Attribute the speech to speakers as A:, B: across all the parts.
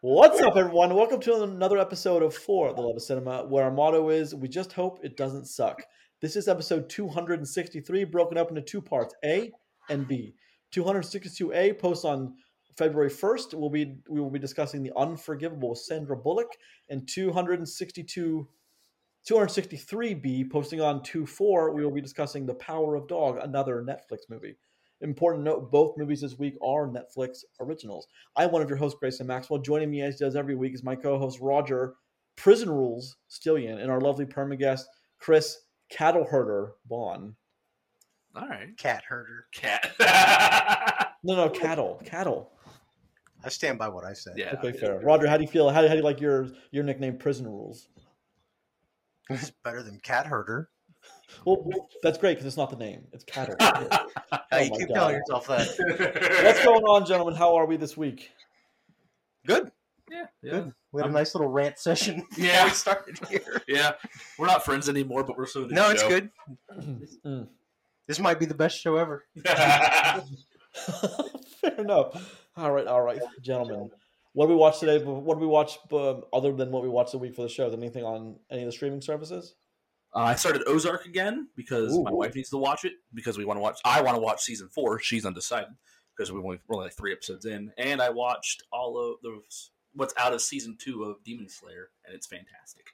A: What's up, everyone? Welcome to another episode of For the Love of Cinema, where our motto is We just hope it doesn't suck. This is episode 263, broken up into two parts A and B. 262A posts on February 1st. We'll be, we will be discussing The Unforgivable Sandra Bullock, and 262. 263B posting on 24, we will be discussing The Power of Dog, another Netflix movie. Important note both movies this week are Netflix originals. I'm one of your hosts, Grayson Maxwell. Joining me, as he does every week, is my co host, Roger Prison Rules Stillian, and our lovely perma guest, Chris Cattle Herder Bond.
B: All right.
C: cat herder.
B: Cat.
A: No, no, cattle, cattle.
C: I stand by what I said.
B: yeah.
A: Okay, fair. Roger, how do you feel? How, how do you like your your nickname, Prison Rules?
C: It's better than cat herder.
A: Well, that's great because it's not the name; it's cattle.
C: Now you
A: my
C: keep
A: God.
C: telling yourself that.
A: What's going on, gentlemen? How are we this week?
C: Good.
B: Yeah. Yeah.
C: Good. We had
B: I'm-
C: a nice little rant session. before
B: Yeah.
C: We started here.
B: Yeah. We're not friends anymore, but we're so. into
C: No,
B: the
C: it's
B: show.
C: good.
A: Mm.
C: This might be the best show ever.
B: Uh,
A: Fair enough. All right, all right, gentlemen. What did we watch today? What did we watch um, other than what we watched the week for the show? Is Anything on any of the streaming services?
B: Uh, I started Ozark again because my
A: Ooh.
B: wife needs to watch it because we want to watch. I want to watch season four. She's undecided because we're only, we're only like three episodes in, and I watched all of the what's out of season two of Demon Slayer, and it's fantastic.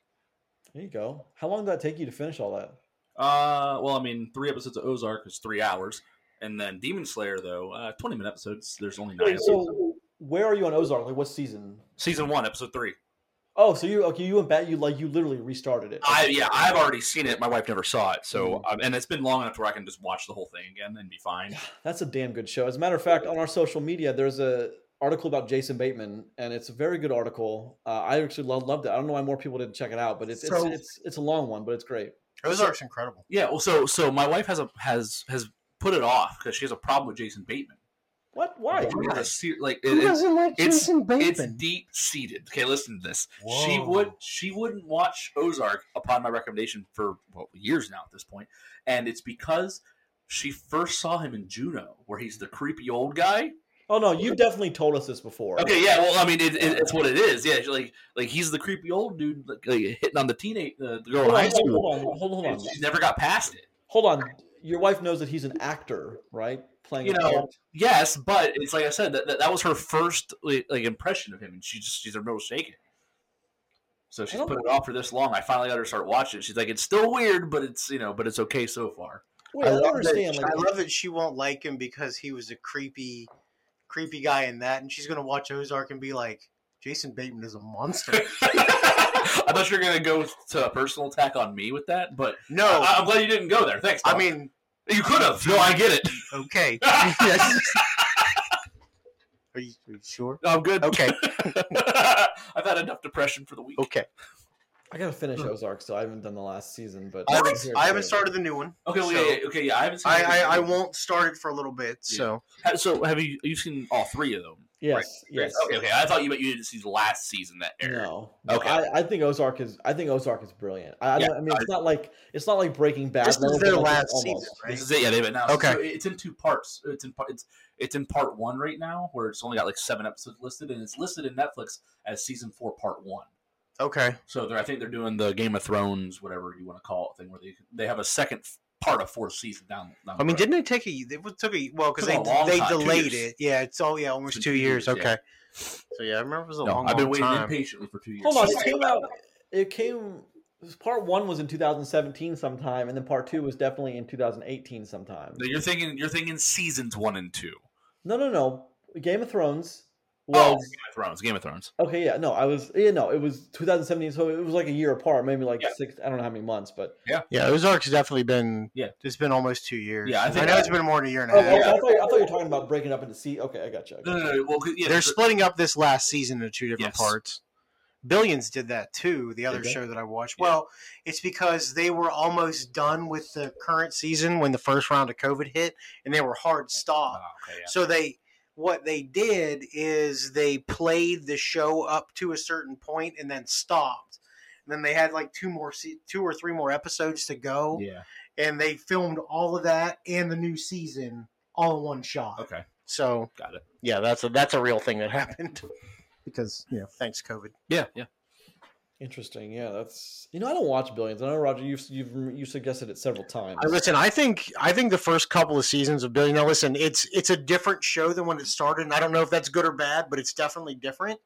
A: There you go. How long did that take you to finish all that?
B: Uh, well, I mean, three episodes of Ozark is three hours, and then Demon Slayer though, uh, twenty minute episodes. There's only nine.
A: So, where are you on Ozark? Like, what season?
B: season one, episode three.
A: Oh, so you okay? You went back. You like you literally restarted it.
B: I yeah, I've already seen it. My wife never saw it, so
A: Mhm.
B: um, and it's been long enough to where I can just watch the whole thing again and be fine.
A: That's a damn good show. As a matter of fact, on our social media, there's a article about Jason Bateman, and it's a very good article. Uh, I actually love, loved it. I don't know why more people didn't check it out, but it's
C: So-
A: it's, it's it's a long one, but it's great.
C: Ozark's incredible.
B: Yeah. Well, so so my wife has a has has put it off because she has a problem with Jason Bateman.
A: What? Why?
B: She has a ser- like it-
C: Who
B: it's
C: doesn't like
B: it's-
C: Jason
B: it's
C: Bateman?
B: deep seated. Okay, listen to this. She would
C: Whoa.
B: she wouldn't watch Ozark upon my recommendation for well years now at this point, and it's because she first saw him in Juno, where he's the creepy old guy.
A: Oh no, you've definitely told us this before.
B: Okay, yeah. Well, I mean, it, it, it's what it is. Yeah, like like he's the creepy old dude like, like, hitting on the teenage uh, the girl in
A: Hold on,
B: high school.
A: hold on, hold on, hold on,
B: And She's never got past it.
A: hold on. Your wife knows that he's an actor, right? Playing
B: You
A: a
B: know,
A: part.
B: Yes, but it's like I said that that, that was her first like, like impression of him, and she just she's a real shaken. So she's
A: don't
B: put it off for this long. I finally let her start watching. it. She's like, it's still weird, but it's you know, but it's okay so far.
A: Wait, I, don't
C: love that-
A: understand. Like,
C: I love that she won't like him because he was a creepy, creepy guy in that, and she's gonna watch Ozark and be like, "Jason Bateman is a monster."
B: I thought you were gonna go to a personal attack on me with that, but
C: no,
B: I, am glad you didn't go there. Thanks.
C: Oh. I
B: Tom.
C: mean,
B: you could have. No, I get it.
C: okay. Yes. Are you, are you sure?
B: I'm good.
C: Okay,
B: I've had enough depression for the week.
C: okay.
A: I gotta finish Ozark, so I haven't done the last season, but
C: I
A: I'm
C: haven't,
A: here
C: I
A: for
C: haven't
A: it.
C: started the new one.
B: Okay, well,
C: so
B: yeah, yeah, okay, yeah. I haven't seen.
C: I, I, I won't start it for a little bit. So
B: Ha- So have you? You've seen all three of them?
A: Yes, yes.
B: Yes. Okay, okay. I thought you meant you didn't see the last season that aired.
A: No, no,
B: Okay.
A: I, I think Ozark is. I think Ozark is brilliant. I, I
B: Yeah,
A: don't- I mean, it's not like it's not like Breaking Bad.
C: this
A: level,
C: is their
A: but like
C: last
A: it's
C: season,
A: almost.
C: right?
B: This is it. Yeah, David. Now,
C: Okay.
B: So it's in two parts. It's in part. It's it's in part one right now, where it's only got like seven episodes listed, and it's listed in Netflix as season four, part one.
C: Okay,
B: So they're, I think they're doing the Game of Thrones, whatever you want to call it, thing where they they have a second f- part of fourth season down. down
C: I mean,
B: the road.
C: didn't it take a? It took a well because
B: Took
C: they
B: a long
C: they
B: time, two
C: delayed
B: years.
C: it. Yeah, it's all yeah almost
B: It's
C: two
B: been two
C: years.
B: years,
C: Okay,
B: yeah.
C: so yeah, I remember it was a
B: No,
C: long,
B: I've been
C: long
B: waiting
C: time.
B: impatiently for two years.
A: Hold on, it came out. It came. Part one was in 2017 sometime, and then part two was definitely in 2018 sometime.
B: No, You're thinking you're thinking seasons one and two.
A: No, no, no. Game of Thrones
B: Oh,
A: was
B: Game of Thrones. Game of Thrones.
A: okay. Yeah, no, I was. Yeah, no, it was 2017, so it was like a year apart, maybe like
B: Yeah.
A: six. I don't know how many months, but
C: Yeah, Ozark's definitely been.
B: Yeah.
C: it's been almost two years.
B: Yeah, I
C: I,
B: think-
C: know it's been more than a year and
A: oh,
C: a
A: okay,
C: half.
A: I, thought, I thought you were talking about breaking up into sea. Okay, I got you.
B: No, no, no. Well, 'cause- yeah,
C: They're
B: the-
C: splitting up this last season into two different
B: Yes.
C: parts. Billions did that too. The other
A: they?
C: show that I watched.
B: Yeah.
C: Well, it's because they were almost done with the current season when the first round of COVID hit, and they were hard
B: Oh,
C: stopped.
B: okay, yeah.
C: So they what they did is they played the show up to a certain point and then stopped. And then they had like two more se- two or three more episodes to go
B: Yeah.
C: and they filmed all of that and the new season all in one shot.
B: Okay.
C: So,
B: Got it.
C: yeah, that's a that's a real thing that happened. because you know, thanks COVID.
B: Yeah, yeah.
A: Interesting. Yeah, that's you know I don't watch Billions. I know Roger, you've you've you suggested it several times.
C: I, listen, I think I think the first couple of seasons of Billion. Now, listen, it's it's a different show than when it started, and I don't know if that's good or bad, but it's definitely different.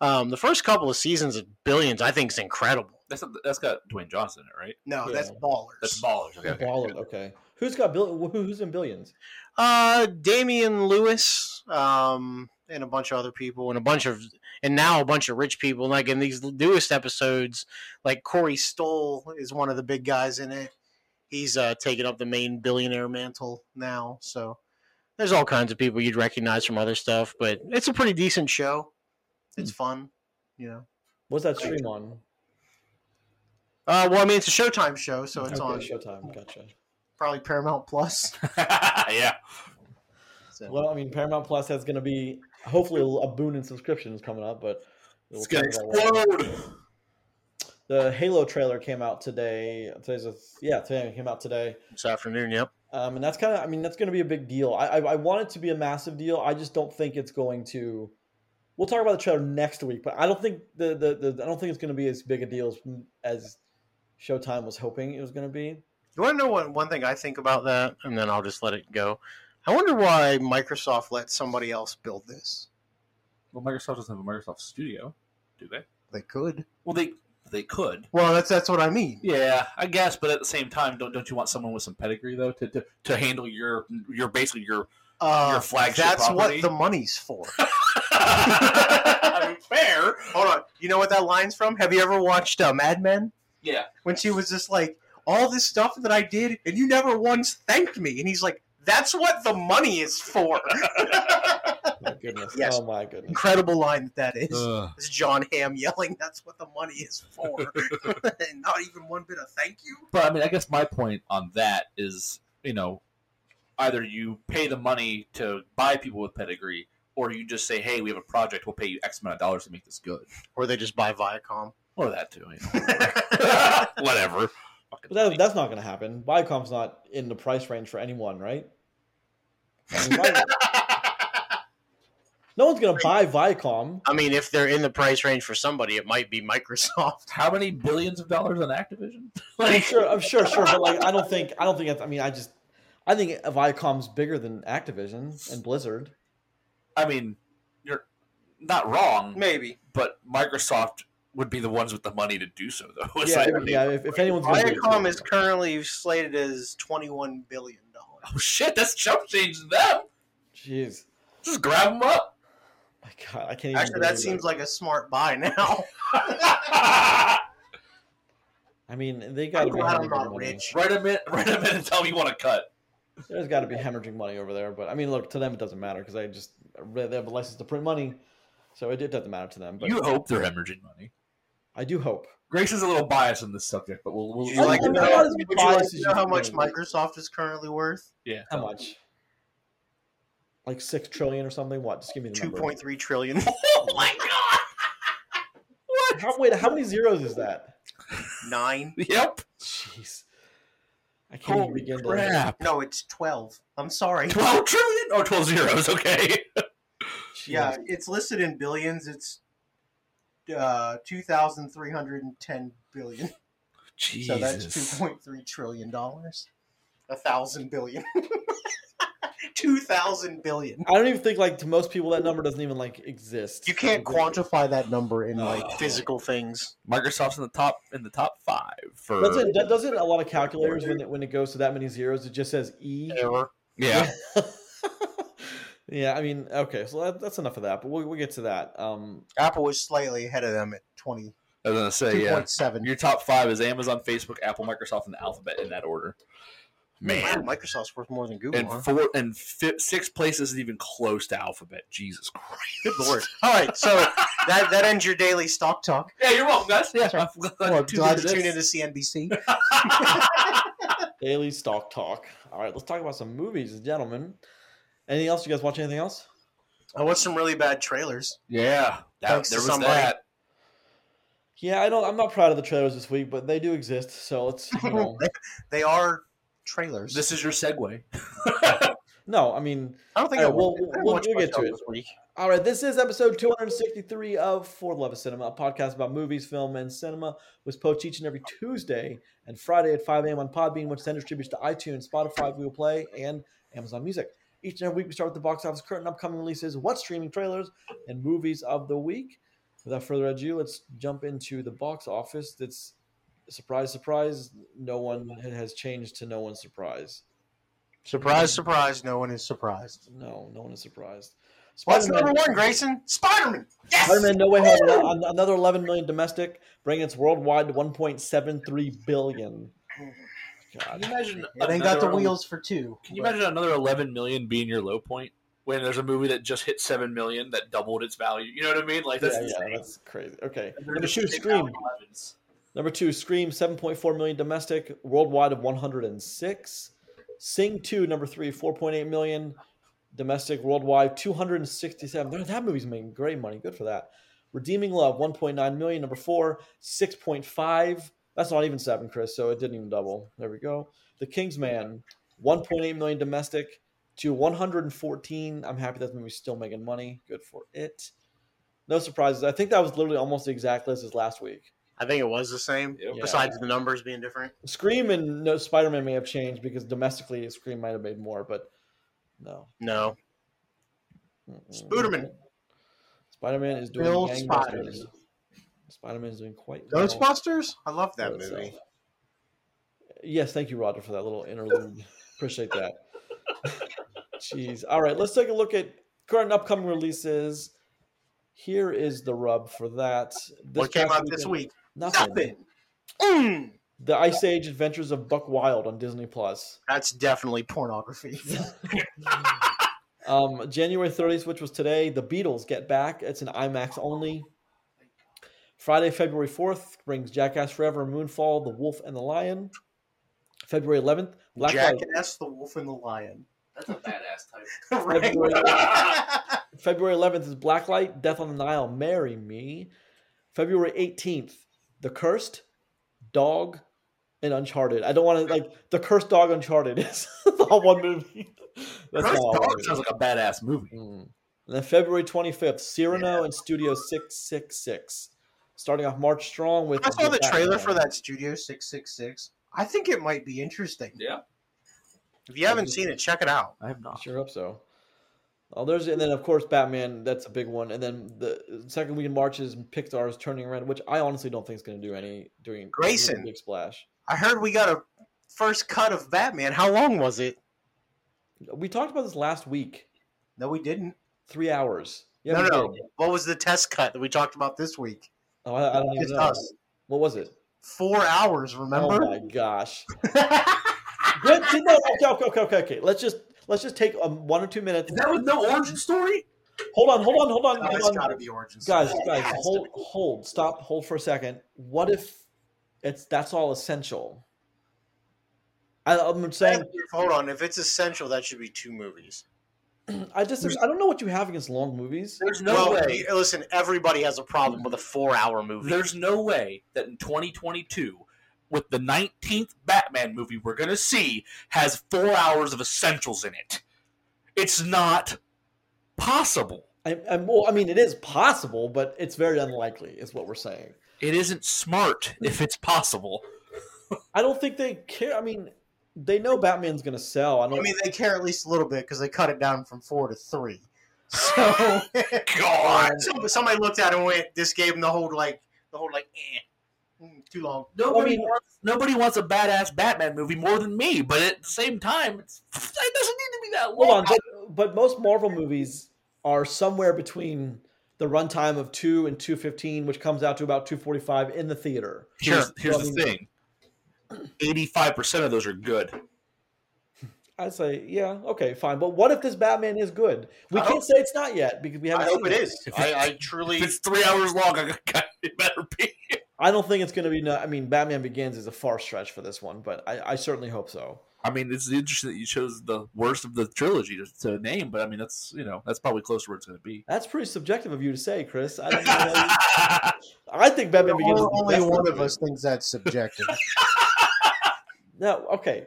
C: Um, the first couple of seasons of Billions, I think, is incredible.
B: That's not, that's got Dwayne Johnson in it, right?
C: No,
A: Yeah.
C: that's ballers.
B: That's ballers. Okay, okay.
A: Ballard, okay. Who's got bill? who- Who's in Billions?
C: uh, Damian Lewis, um, and a bunch of other people, and a bunch of, and now a bunch of rich people. Like in these newest episodes, like Corey Stoll is one of the big guys in it. He's uh, taking up the main billionaire mantle now. So there's all kinds of people you'd recognize from other stuff, but it's a pretty decent show. It's
B: Hmm.
C: fun, you know.
A: What's that stream on?
C: Uh, well, I mean, it's a Showtime show, so Oh, it's on
A: okay, Showtime. Gotcha.
C: probably Paramount Plus.
B: yeah.
C: So.
A: Well, I mean, Paramount Plus has going to be hopefully a boon in subscriptions coming up, but we'll
B: It's gonna
A: talk about that.
B: explode.
A: the Halo trailer came out today. Today's a, yeah, today it came out today,
C: this afternoon, yep.
A: um, and that's kind of I mean that's going to be a big deal. I, I I want it to be a massive deal. I just don't think it's going to. We'll talk about the trailer next week, but I don't think the the, the I don't think it's going to be as big a deal as, as Showtime was hoping it was going to be.
C: You want to know what one thing I think about that, and then I'll just let it go. I wonder why Microsoft let somebody else build this.
B: Well, Microsoft doesn't have a Microsoft Studio, do they?
C: They could.
B: Well, they they could.
C: Well, that's that's what I mean.
B: Yeah, I guess, but at the same time, don't don't you want someone with some pedigree though to to, to handle your your basically your
C: Uh,
B: Your flagship
C: That's
B: property.
C: what the money's for.
B: I mean, fair?
C: Hold on. You know what that line's from? Have you ever watched uh, Mad Men?
B: Yeah,
C: When she was just like, "All this stuff that I did, and you never once thanked me," and he's like, "That's what the money is for."
A: My goodness!
C: Yes.
A: Oh my goodness!
C: Incredible line that that is.
B: Ugh.
C: It's John Hamm yelling, "That's what the money is for," and not even one bit of thank you.
B: but I mean, I guess my point on that is, you know, either you pay the money to buy people with pedigree, or you just say, hey, we have a project, we'll pay you X amount of dollars to make this good,
C: Or they just buy Viacom.
B: or that too. You know, whatever. Fucking
A: But that, that's not going to happen. Viacom's not in the price range for anyone, right? I mean, Vi- no one's going to buy Viacom.
C: I mean, if they're in the price range for somebody, it might be Microsoft.
B: how many billions of dollars on Activision?
A: I'm
B: like,
A: sure, I'm sure, sure, but like, I don't think, I don't think. That's, I mean, I just, I think Viacom's bigger than Activision and Blizzard.
B: I mean, you're not wrong,
C: Maybe.
B: but Microsoft would be the ones with the money to do so, though. It's
A: yeah,
B: like-
A: if- yeah. If, if anyone's gonna do it,
C: Viacom is currently slated as $21 billion.
B: oh shit, that's chump change to them.
A: jeez,
B: Just grab them up.
A: my god, I can't. Even
C: Actually,
A: believe
C: that seems like a smart buy now.
B: write
A: I mean, they got
C: I'm
A: to be
C: glad I'm
A: hemorrhaging
C: not
A: money.
C: rich.
B: them in, write them in, and tell me you want to cut.
A: There's got to be hemorrhaging money over there, but I mean, look, to them it doesn't matter because they just they have a license to print money, so it, it doesn't matter to them. But
B: you hope they're hemorrhaging money.
A: I do hope.
B: Grace is a little biased on this subject, but we'll. we'll
C: Would
A: I
C: you like to
A: I'm
C: know,
A: not as
C: would you
A: biased
C: like
A: as
C: to
A: you
C: know how much
A: think.
C: Microsoft is currently worth?
B: yeah.
A: How much? Like six trillion or something? What? Just give me the number.
C: $2.3 trillion.
B: Oh my god.
A: How, wait, how many zeros is that?
C: Nine?
B: Yep.
A: Jeez, I can't even begin to.
C: No, it's 12. I'm sorry.
B: Twelve trillion or twelve zeros? Okay.
A: Jeez.
C: Yeah, it's listed in billions. It's uh, 2,310 billion. So that's two point three trillion dollars. A thousand billion. two thousand billion.
A: I don't even think like to most people that number doesn't even like exist.
C: You can't
A: Like,
C: quantify that number in like
B: Oh.
C: physical things.
B: Microsoft's in the top in the top five for.
A: Doesn't that- doesn't a lot of calculators when it when it goes to that many zeros it just says e?
C: Error.
B: Yeah.
A: yeah, I mean, okay, so that, that's enough of that, but we'll, we'll get to that. Um,
C: Apple was slightly ahead of them at twenty
B: I was gonna say
C: two
B: yeah.
C: point seven.
B: Your top five is Amazon, Facebook, Apple, Microsoft, and Alphabet in that order. Man.
C: Wow, Microsoft's worth more than Google.
B: and
C: huh?
B: four and fi- six places isn't even close to alphabet. Jesus Christ!
C: Good lord! All right, so that that ends your daily stock talk.
B: Yeah, you're wrong, guys.
C: Yeah,
B: I'm glad
C: Well,
B: you tuned
C: glad
B: into
C: you tuned
B: this.
C: into CNBC.
A: daily stock talk. All right, let's talk about some movies, gentlemen. Anything else? You guys watch anything else?
C: I watched some really bad trailers.
B: Yeah, that,
C: Thanks
B: there
C: to
B: was
C: somebody.
B: that.
A: Yeah, I don't. I'm not proud of the trailers this week, but they do exist. So let's. You know,
C: They are trailers.
B: This is your segue.
A: no, I mean,
C: I don't think
A: All
C: I
A: right, we'll-
C: watched- I didn't
A: we'll-
C: watch
A: we'll
C: much
A: get to
C: of
A: it.
C: this week.
A: All right, this is episode 263 of For the Love of Cinema, a podcast about movies, film, and cinema. Was poached each and every Tuesday and Friday at 5 a.m. on Podbean, which then distributes to iTunes, Spotify, Google Play, and Amazon Music. Each and every week, we start with the box office, current and upcoming releases, what streaming trailers, and movies of the week. Without further ado, let's jump into the box office. That's surprise, surprise. No one has changed to no one's surprise.
C: Surprise, surprise. No one is surprised.
A: No, no one is surprised.
C: What's
A: Spider-Man-
C: number one, Grayson? Spider Man. Yes.
A: Spider-Man No Way Home, an- another 11 million domestic, bringing its worldwide to 1.73 billion.
B: Can
A: God,
B: you imagine?
C: It ain't got the
B: another-
C: wheels for two.
B: Can you imagine another 11 million being your low point when there's a movie that just hit 7 million that doubled its value? You know what I mean? Like that's
A: yeah, yeah,
B: insane.
A: that's crazy. Okay,
B: And they're
A: number
B: just
A: two,
B: putting out
A: Scream.
B: 11s.
A: Number two, Scream, 7.4 million domestic, worldwide of 106. Sing 2, number three, 4.8 million domestic, worldwide 267. There- That movie's making great money. Good for that. Redeeming Love, 1.9 million. Number four, 6.5. That's not even seven, Chris, so it didn't even double. There we go. The Kingsman, 1.8 million domestic to 114. I'm happy that movie's still making money. Good for it. No surprises. I think that was literally almost the exact list as last week.
C: I think it was the same,
B: Yep.
C: besides the numbers being different.
A: Scream and no Spider Man may have changed because domestically Scream might have made more, but no.
C: No. Spooderman.
A: Spider Man is doing
C: Bill
A: gangbusters.
C: Spiders.
A: Spider Man is doing quite well.
C: Ghostbusters? I love that
A: for itself.
C: movie.
A: Yes, thank you, Roger, for that little interlude. Appreciate that. Jeez. All right, let's take a look at current and upcoming releases. Here is the rub for that.
C: what came
A: past
C: out this
A: weekend-
C: week?
A: Nothing.
C: Nothing. Mm.
A: The Ice Age Adventures of Buck Wild on Disney Plus.
C: That's definitely pornography.
A: Um, January 30th, which was today, The Beatles Get Back. It's an IMAX only. Friday, February 4th brings Jackass Forever, Moonfall, The Wolf and the Lion. February 11th, Black Light.
C: Jackass, the Wolf, and the Lion.
B: That's a badass title.
C: Right?
A: February 11th is Blacklight, Death on the Nile, Marry Me. February 18th, The Cursed, Dog, and Uncharted. I don't want to like The Cursed Dog Uncharted is all one movie. That's
C: Cursed
A: all.
C: Dog
B: sounds like a badass movie.
A: Mm. And then February 25th, Cyrano and Studio 666. Starting off March strong with.
C: I saw the trailer for
A: Batman.
C: that Studio 666. I think it might be interesting.
B: Yeah,
C: If you haven't seen it, check it out.
B: I have
A: I
B: not.
A: Sure hope so. Oh, there's and then of course Batman. That's a big one. And then the second week in March is Pixar's Turning Around, which I honestly don't think is going to do any doing
C: Grayson.
A: big splash.
C: I heard we got a first cut of Batman. How long was it?
A: We talked about this last week.
C: No, we didn't.
A: Three hours.
C: no,
A: we
C: no.
A: did.
C: What was the test cut that we talked about this week?
A: Oh, I, I don't even
C: Just
A: know.
C: us.
A: What was it?
C: Four hours, remember?
A: Oh my gosh. Good. see, no, okay, okay, okay, okay, okay. Let's just let's just take um, one or two minutes.
B: Is that with no origin story?
A: Hold on, hold on, hold on,
C: Oh,
A: hold
C: it's
A: on.
C: got to be origins.
A: guys guys hold hold stop hold for a second what if it's that's all essential I, i'm saying
C: Hold on. If it's essential, that should be two movies.
A: i just i don't know what you have against long movies
B: There's no
C: well,
B: way.
C: Listen, everybody has a problem with a four-hour movie.
B: There's no way that in 2022, with the 19th Batman movie we're gonna see, has four hours of essentials in it. It's not possible.
A: I, I'm, well, I mean it is possible but it's very unlikely is what we're saying
B: It isn't smart if it's possible.
A: i don't think they care i mean they know batman's gonna sell i don't
C: I mean, they care at least a little bit because they cut it down from four to three. So,
B: God.
C: Some- somebody looked at it and went, "This gave them the whole like, the whole like, eh, mm, too long."
B: Nobody
A: I mean-
B: wants nobody wants a badass Batman movie more than me, but at the same time, it's, it doesn't need to be that long.
A: hold on but, but most marvel movies are somewhere between the runtime of 2 and 215 which comes out to about 245 in the theater
B: Here's,
A: Sure.
B: here's
A: Well, I
B: the thing: eighty-five percent of those are good.
A: I'd say, yeah, okay, fine. But what if this Batman is good? We
C: I
A: can't say it's not yet because we haven't.
C: I hope
A: seen
C: it is. I, I truly,
B: If it's three hours long, I got it better be.
A: I don't think it's going to be. No, I mean, Batman Begins is a far stretch for this one, but I, I certainly hope so.
B: I mean, it's interesting that you chose the worst of the trilogy to, to name, but I mean, that's you know, that's probably close to where it's going to be.
A: That's pretty subjective of you to say, Chris. I, don't know how you- I think Batman Begins. Is the
C: only
A: best
C: one of
A: movie.
C: us thinks that's subjective.
A: No, okay.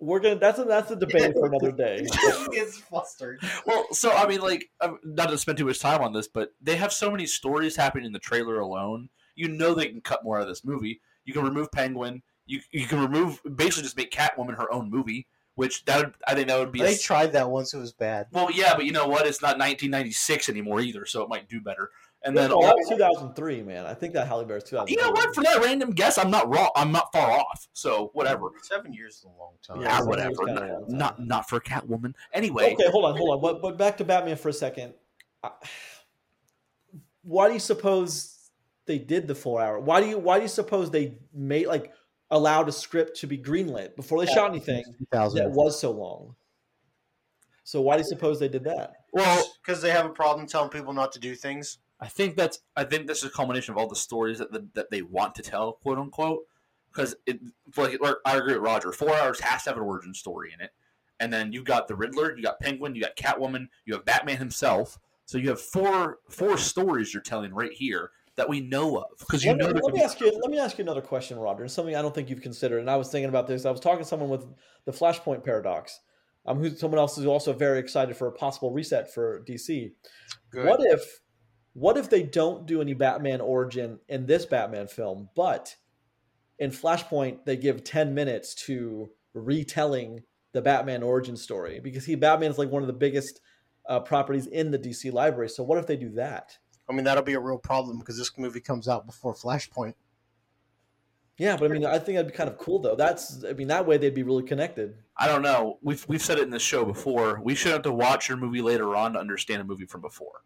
A: We're gonna. That's a, that's a debate for another day.
C: it's flustered.
B: Well, so I mean, like, um, not to spend too much time on this, but they have so many stories happening in the trailer alone. You know they can cut more out of this movie. You can remove Penguin. You you can remove basically just make Catwoman her own movie, which that would, I think that would be. a
C: They
B: s-
C: tried that once; it was bad.
B: well, yeah, but you know what? It's not 1996 anymore either, so it might do better. And then
A: oh,
B: all-
A: that was 2003, man. I think that Halle Berry's 2003.
B: you know what? For that random guess, I'm not wrong. I'm not far off. So whatever.
C: Seven years is a long time.
A: Yeah,
B: Ah,
A: seven years
B: whatever.
A: kinda a long
B: Not,
A: time.
B: not not for Catwoman. Anyway,
A: Okay, hold on, hold on. But but back to Batman for a second. I- Why do you suppose they did the four hour? Why do you why do you suppose they made like allowed a script to be greenlit before they shot anything that
D: 2000.
A: was so long? So why do you suppose they did that?
B: well,
C: because they have a problem telling people not to do things.
B: I think that's I think this is a culmination of all the stories that the, that they want to tell, quote unquote. Because it like like, I agree with Roger, four hours has to have an origin story in it, and then you got the Riddler, you got Penguin, you got Catwoman, you have Batman himself. So you have four four stories you're telling right here that we know of because you
A: let me,
B: know there
A: let
B: could
A: me
B: be-
A: ask you let me ask you another question roger and something i don't think you've considered and i was thinking about this i was talking to someone with the flashpoint paradox um, who's someone else who's also very excited for a possible reset for dc what if what if they don't do any batman origin in this batman film but in flashpoint they give 10 minutes to retelling the batman origin story because he batman is like one of the biggest uh, properties in the dc library so what if they do that
C: I mean, that'll be a real problem because this movie comes out before Flashpoint.
A: Yeah, but I mean, I think that'd be kind of cool though. That's, I mean, that way they'd be really connected.
B: I don't know. We've we've said it in this show before. We should have to watch your movie later on to understand a movie from before.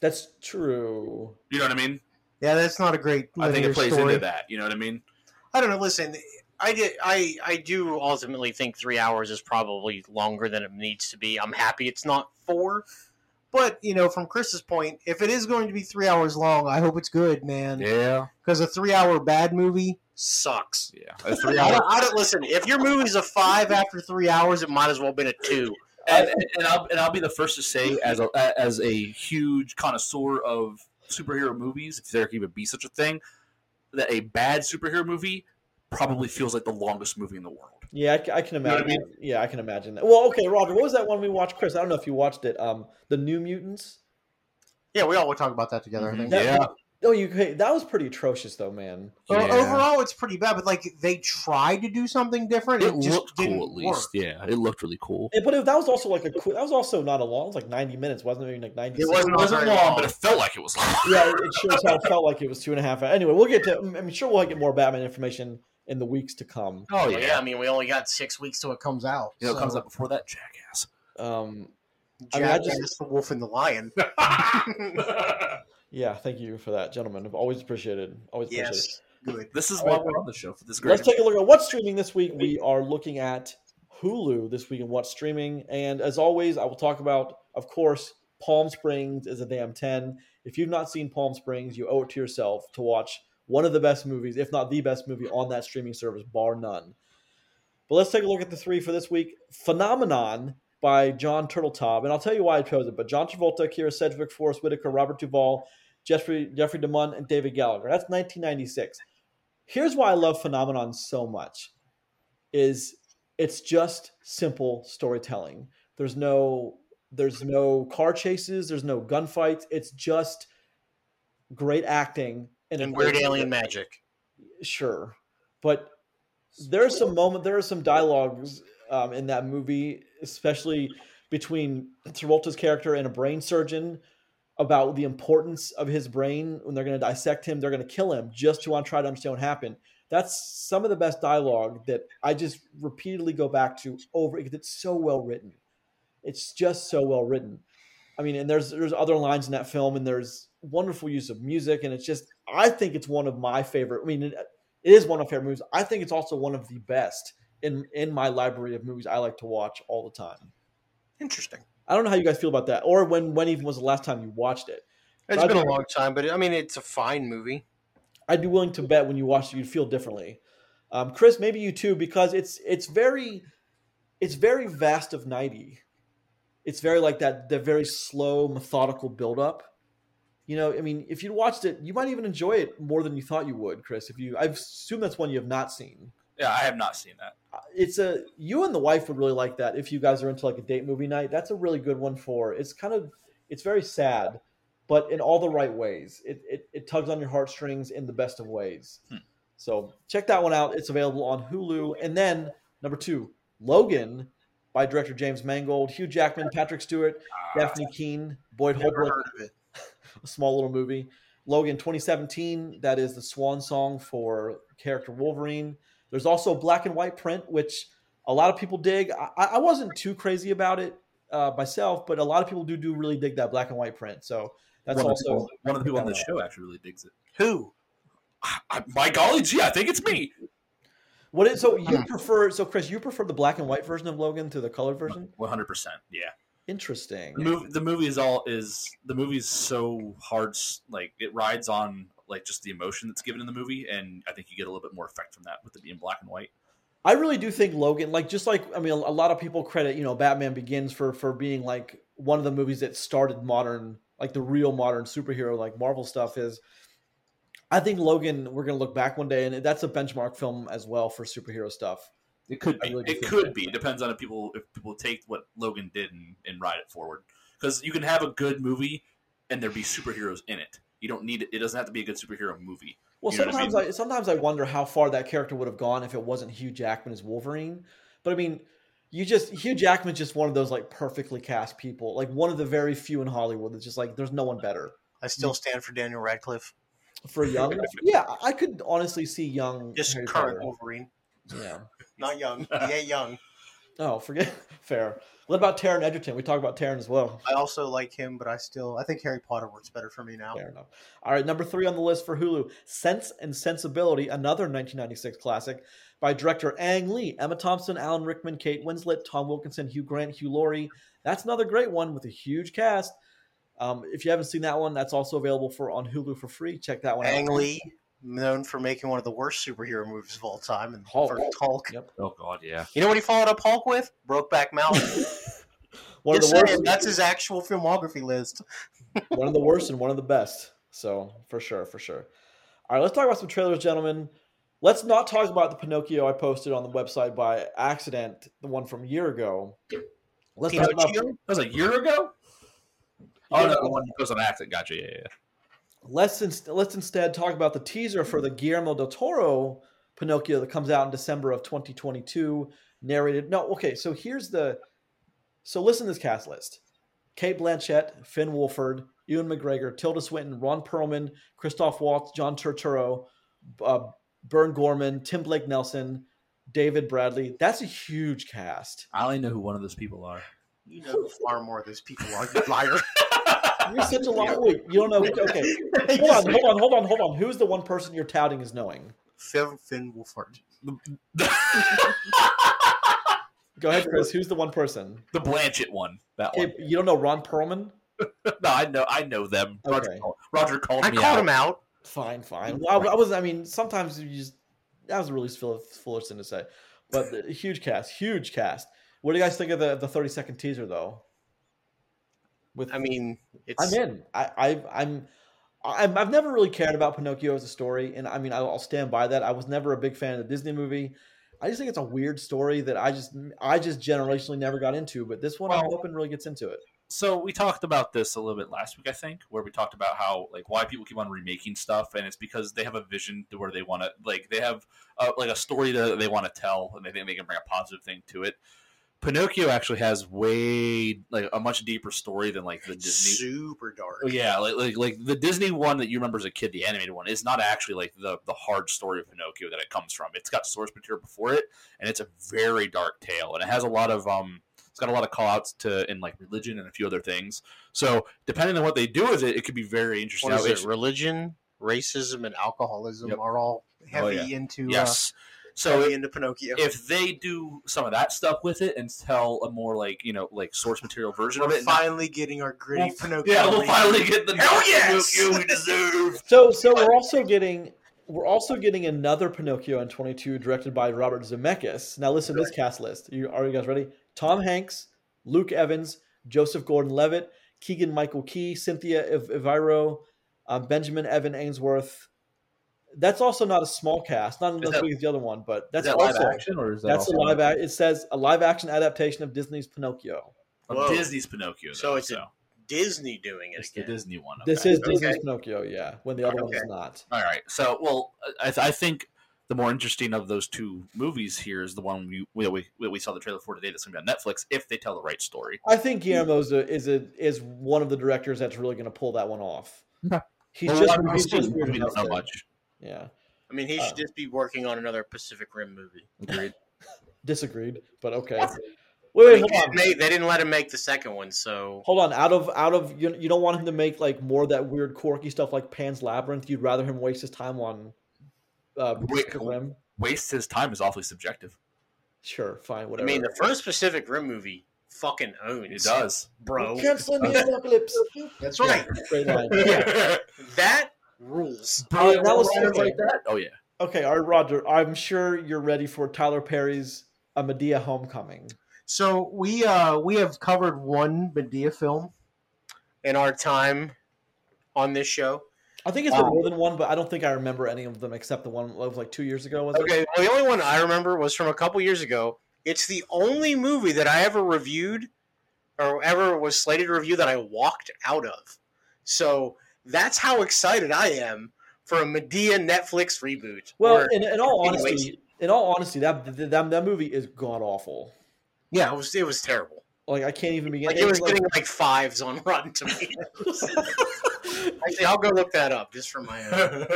A: That's true.
B: You know what I mean?
D: Yeah, that's not a great.
B: I think
D: linear
B: it plays
D: story.
B: into that. You know what I mean?
C: I don't know. Listen, I did. I I do ultimately think three hours is probably longer than it needs to be. I'm happy it's not four. But you know, from Chris's point, if it is going to be three hours long, I hope it's good, man.
B: Yeah,
D: Because a three-hour bad movie.
C: Sucks.
B: yeah. A
C: I
B: three hour
C: don't, I don't listen. If your movie's a five after three hours, it might as well have been a two.
B: and, and I'll and I'll be the first to say, as a as a huge connoisseur of superhero movies, if there could even be such a thing, that a bad superhero movie probably feels like the longest movie in the world.
A: Yeah, I, c- I can
B: know what I
A: imagine. Yeah, I can imagine that. Well, okay, Roger, what was that one we watched, Chris? I don't know if you watched it. Um, the New Mutants.
C: Yeah, we all would talk about that together. I
B: Mhm.
C: think.
A: That,
B: Yeah.
A: Oh, you hey, that was pretty atrocious though, man.
C: Well,
B: Yeah.
C: Overall, it's pretty bad, but like they tried to do something different. It, just didn't work.
B: Yeah, it looked really cool.
A: Yeah, but it, that was also like a qu- that was also not a long. It was like ninety minutes, wasn't it? Maybe like ninety.
C: It
B: It
C: wasn't
B: wasn't,
C: very
B: long,
C: long.
B: but it felt like it was long.
A: Yeah, it, it sure as hell felt like it was two and a half. hours. Anyway, we'll get to. I'm I'm sure we'll get more Batman information in the weeks to come.
B: Oh
C: But yeah, I mean, we only got six weeks till it comes out.
B: You know, it comes
C: so-
B: up before that jackass.
A: Um, I mean, I
C: Jackass,
A: just-
C: the Wolf, and the Lion.
A: yeah, thank you for that, gentlemen. I've always appreciated. Always appreciated. it.
C: yes, good.
B: this is why we're on the show for this great.
A: Let's take a look at what's streaming this week. We are looking at Hulu this week and what's streaming. And as always, I will talk about, of course, Palm Springs is a damn 10. If you've not seen Palm Springs, you owe it to yourself to watch one of the best movies, if not the best movie on that streaming service, bar none. But let's take a look at the three for this week Phenomenon by John Turteltaub. And I'll tell you why I chose it. But John Travolta, Kira Sedgwick, Forrest Whitaker, Robert Duvall, Jeffrey, Jeffrey DeMunn, and David Gallagher. That's 1996 here's why I love Phenomenon so much is it's just simple storytelling. There's no there's no car chases, there's no gunfights. It's just great acting and, a
C: And
A: great
C: Weird Alien Magic.
A: sure but there are some moment there are some dialogues um, in that movie especially between travolta's character and a brain surgeon about the importance of his brain when they're going to dissect him they're going to kill him just to want to try to understand what happened that's some of the best dialogue that i just repeatedly go back to over because it's so well written it's just so well written i mean and there's there's other lines in that film and there's wonderful use of music and it's just i think it's one of my favorite i mean it, it is one of my favorite movies i think it's also one of the best in in my library of movies i like to watch all the time
C: Interesting.
A: i don't know how you guys feel about that or when when even was the last time you watched it
C: It's
A: I'd-
C: been a long time, but I mean, it's a fine movie.
A: I'd be willing to bet when you watch it, you'd feel differently. Um, Chris, maybe you too, because it's it's very it's very vast of ninety. It's very like that the very slow, methodical buildup. You know, I mean, if you watched it, you might even enjoy it more than you thought you would, Chris. If you, I assume that's one you have not seen.
B: yeah, I have not seen that.
A: Uh, it's a you and the wife would really like that if you guys are into like a date movie night. That's a really good one for. It's kind of it's very sad, but in all the right ways. It it, it tugs on your heartstrings in the best of ways.
B: Hmm.
A: So check that one out. It's available on Hulu. And then number two, Logan by director James Mangold, Hugh Jackman, Patrick Stewart, Daphne Keene, Boyd
C: Never
A: Holbrook
C: heard of it.
A: a small little movie. Logan 2017, that is the swan song for character Wolverine. There's also Black and White Print, which a lot of people dig. I, I wasn't too crazy about it uh, myself, but a lot of people do do really dig that Black and White Print. So that's
B: one, of the
A: also
B: people, one of the people on the show actually really digs it.
C: Who?
B: I, by golly gee, I think it's me.
A: what is. So you prefer? So Chris, you prefer the black and white version of Logan to the colored version?
B: One hundred percent. Yeah.
A: Interesting.
B: The movie, the movie is all is the movie is so hard. s- Like it rides on like just the emotion that's given in the movie, and I think you get a little bit more effect from that with it being black and white.
A: I really do think Logan, like just like I mean, a lot of people credit you know Batman Begins for for being like one of the movies that started modern, like the real modern superhero like Marvel stuff is. I think Logan, we're gonna look back one day, and that's a benchmark film as well for superhero stuff.
B: It could
A: I
B: be.
A: really do
B: it
A: think
B: could
A: that.
B: be. It depends on if people if people take what Logan did and, and ride it forward. Because you can have a good movie and there be superheroes in it. You don't need it. Doesn't have to be a good superhero movie.
A: Well,
B: You know what I
A: sometimes I,
B: mean?
A: sometimes I wonder how far that character would have gone if it wasn't Hugh Jackman as Wolverine. But I mean, you just Hugh Jackman's just one of those like perfectly cast people, like one of the very few in Hollywood that's just like there's no one better.
C: I still stand for Daniel Radcliffe.
A: For young, yeah, I could honestly see young.
C: Just
A: Harry
C: current
A: Potter.
C: Wolverine,
A: Yeah.
C: not young. He ain't young.
A: Oh, forget fair. What about Taron Edgerton? We talked about Taron as well.
C: I also like him, but I still I think Harry Potter works better for me now.
A: Fair enough. All right, number three on the list for Hulu, Sense and Sensibility, another 1996 classic by director Ang Lee, Emma Thompson, Alan Rickman, Kate Winslet, Tom Wilkinson, Hugh Grant, Hugh Laurie. That's another great one with a huge cast. Um, if you haven't seen that one, that's also available for on Hulu for free. Check that one
C: Ang
A: out.
C: Lee, known for making one of the worst superhero movies of all time, and
A: Hulk.
C: first Hulk.
A: Yep.
B: Oh God, yeah.
C: You know what he followed up Hulk with? Brokeback Mountain.
A: One of
C: Just
A: the worst.
C: saying, that's his actual filmography list.
A: one of the worst and one of the best. So for sure, for sure. All right, let's talk about some trailers, gentlemen. Let's not talk about the Pinocchio I posted on the website by accident, the one from a year ago. Let's talk about
C: Pinocchio?
B: That was a year ago.
A: Yeah.
B: Oh no, the one that goes on accident. Gotcha. Yeah, yeah. yeah.
A: let's inst- let's instead talk about the teaser for the Guillermo del Toro Pinocchio that comes out in December of 2022. Narrated. No, okay. So here's the. So listen to this cast list: Kate Blanchett, Finn Wolford, Ewan McGregor, Tilda Swinton, Ron Perlman, Christoph Waltz, John Turturro, uh, Bern Gorman, Tim Blake Nelson, David Bradley. That's a huge cast.
B: I only know who one of those people are.
C: You know far more of those people are. You liar.
A: You're such a lot. Wait, you don't know. Okay, hold on, hold on, hold on, hold on. Who's the one person you're touting as knowing?
C: Finn, Finn Wolford.
A: Go ahead, Chris. Who's the one person?
B: the Blanchett one. That one.
A: Hey, you don't know Ron Perlman?
B: no, I know. I know them. Roger,
A: Okay.
B: called- Roger called
C: I
B: me
C: called
B: out.
C: him out.
A: Fine, fine. Well, I, I was. I mean, sometimes you just that was really fool- foolish thing to say, but the, huge cast, huge cast. What do you guys think of the the thirty second teaser though? With
C: I mean, it's
A: I'm in. I, I I'm. I'm, I've never really cared about Pinocchio as a story, and I mean, I'll, I'll stand by that. I was never a big fan of the Disney movie. I just think it's a weird story that I just, I just generationally never got into. But this one, I'm
B: Well-
A: hoping really gets into it.
B: so we talked about this a little bit last week, I think, where we talked about how like why people keep on remaking stuff, and it's because they have a vision to where they want to like they have uh, like a story that they want to tell, and they think they can bring a positive thing to it. Pinocchio actually has way like a much deeper story than like the Disney
C: super dark.
B: Oh, Yeah, like, like like the Disney one that you remember as a kid, the animated one, is not actually like the the hard story of Pinocchio that it comes from. It's got source material before it, and it's a very dark tale, and it has a lot of um, it's got a lot of call outs to in like religion and a few other things. So depending on what they do with it, it could be very interesting.
C: What is
B: Now,
C: it?
B: it's-
C: Religion, racism, and alcoholism
B: Yep.
C: are all heavy
B: yeah.
C: into
B: yes,
C: uh,
B: so
C: heavy into Pinocchio.
B: if they do some of that stuff with it and tell a more like you know like source material version of
C: We're
B: it,
C: finally getting our gritty
B: We'll-
C: Pinocchio.
B: yeah, we'll
C: reading.
B: finally get the
C: Hell yes!
B: Pinocchio we deserve.
A: So, so we're also getting we're also getting another Pinocchio in 22, directed by Robert Zemeckis. Now, listen to this cast list. You are you guys ready? Tom Hanks, Luke Evans, Joseph Gordon-Levitt, Keegan Michael Key, Cynthia Ev- Eviro, uh, Benjamin Evan um, Ainsworth, That's also not a small cast, not as
B: that-
A: big as the other one, but that's
B: that live
A: also
E: action or is that
A: that's a
E: also-
A: live. Ac- it says a live action adaptation of Disney's Pinocchio.
B: Of
C: Whoa.
B: Disney's Pinocchio. Though,
C: So it's a- Disney doing it
B: it's the
C: again.
B: Disney one.
A: This
B: okay.
A: is
C: Okay.
A: Disney's Pinocchio, yeah. When the other one is not.
B: All right. So, well, I, I think the more interesting of those two movies here is the one we we, we, we saw the trailer for today that's going to be on Netflix if they tell the right story.
A: I think Guillermo is a, is, a, is one of the directors that's really going to pull that one off.
E: Okay.
A: He's
B: Well,
A: just,
B: I'm- I'm
A: he's
B: seeing
A: just
B: the
A: weird
B: movie,
A: enough
B: not
A: to-
B: much.
A: Yeah,
C: I mean, he
A: Oh.
B: uh,
C: should just be working on another Pacific Rim movie.
E: Agreed.
A: disagreed, but okay.
B: That's-
A: Wait,
C: I
A: wait,
C: mean,
A: hold
C: they,
A: on,
C: didn't make- they didn't let him make the second one, so
A: hold on. Out of out of you, you don't want him to make like more of that weird quirky stuff like Pan's Labyrinth. You'd rather him waste his time on uh,
B: Wait,
A: Pacific Rim.
B: Waste his time is awfully subjective.
A: Sure, fine,
C: I
A: whatever.
C: mean, the first Pacific Rim movie fucking owns,
B: It does.
C: bro.
A: You can't send me
B: Okay.
A: apocalypse.
C: That's right.
A: Great line.
C: Yeah. That rules.
A: Bro, Oh, that was
B: Ryan
A: okay.
B: that. Oh yeah.
A: Okay, all right, Roger. I'm sure you're ready for Tyler Perry's A Medea Homecoming.
D: So we uh we have covered one Medea film.
C: In our time on this show,
A: I think it's been
D: Um,
A: more than one, but I don't think I remember any of them except the one of like two years ago. Was it?
C: okay. Well, the only one I remember was from a couple years ago. It's the only movie that I ever reviewed, or ever was slated to review that I walked out of. So that's how excited I am for a Medea Netflix reboot.
A: Well,
C: or-
A: in, in all honesty,
C: continuation.
A: in all honesty, that th- that, that movie is god awful.
C: yeah, it was it was terrible.
A: Like I can't even begin.
C: Like
A: it
C: it was
A: like-
C: getting like fives on Rotten Tomatoes. Actually, I'll go look that up just for my own.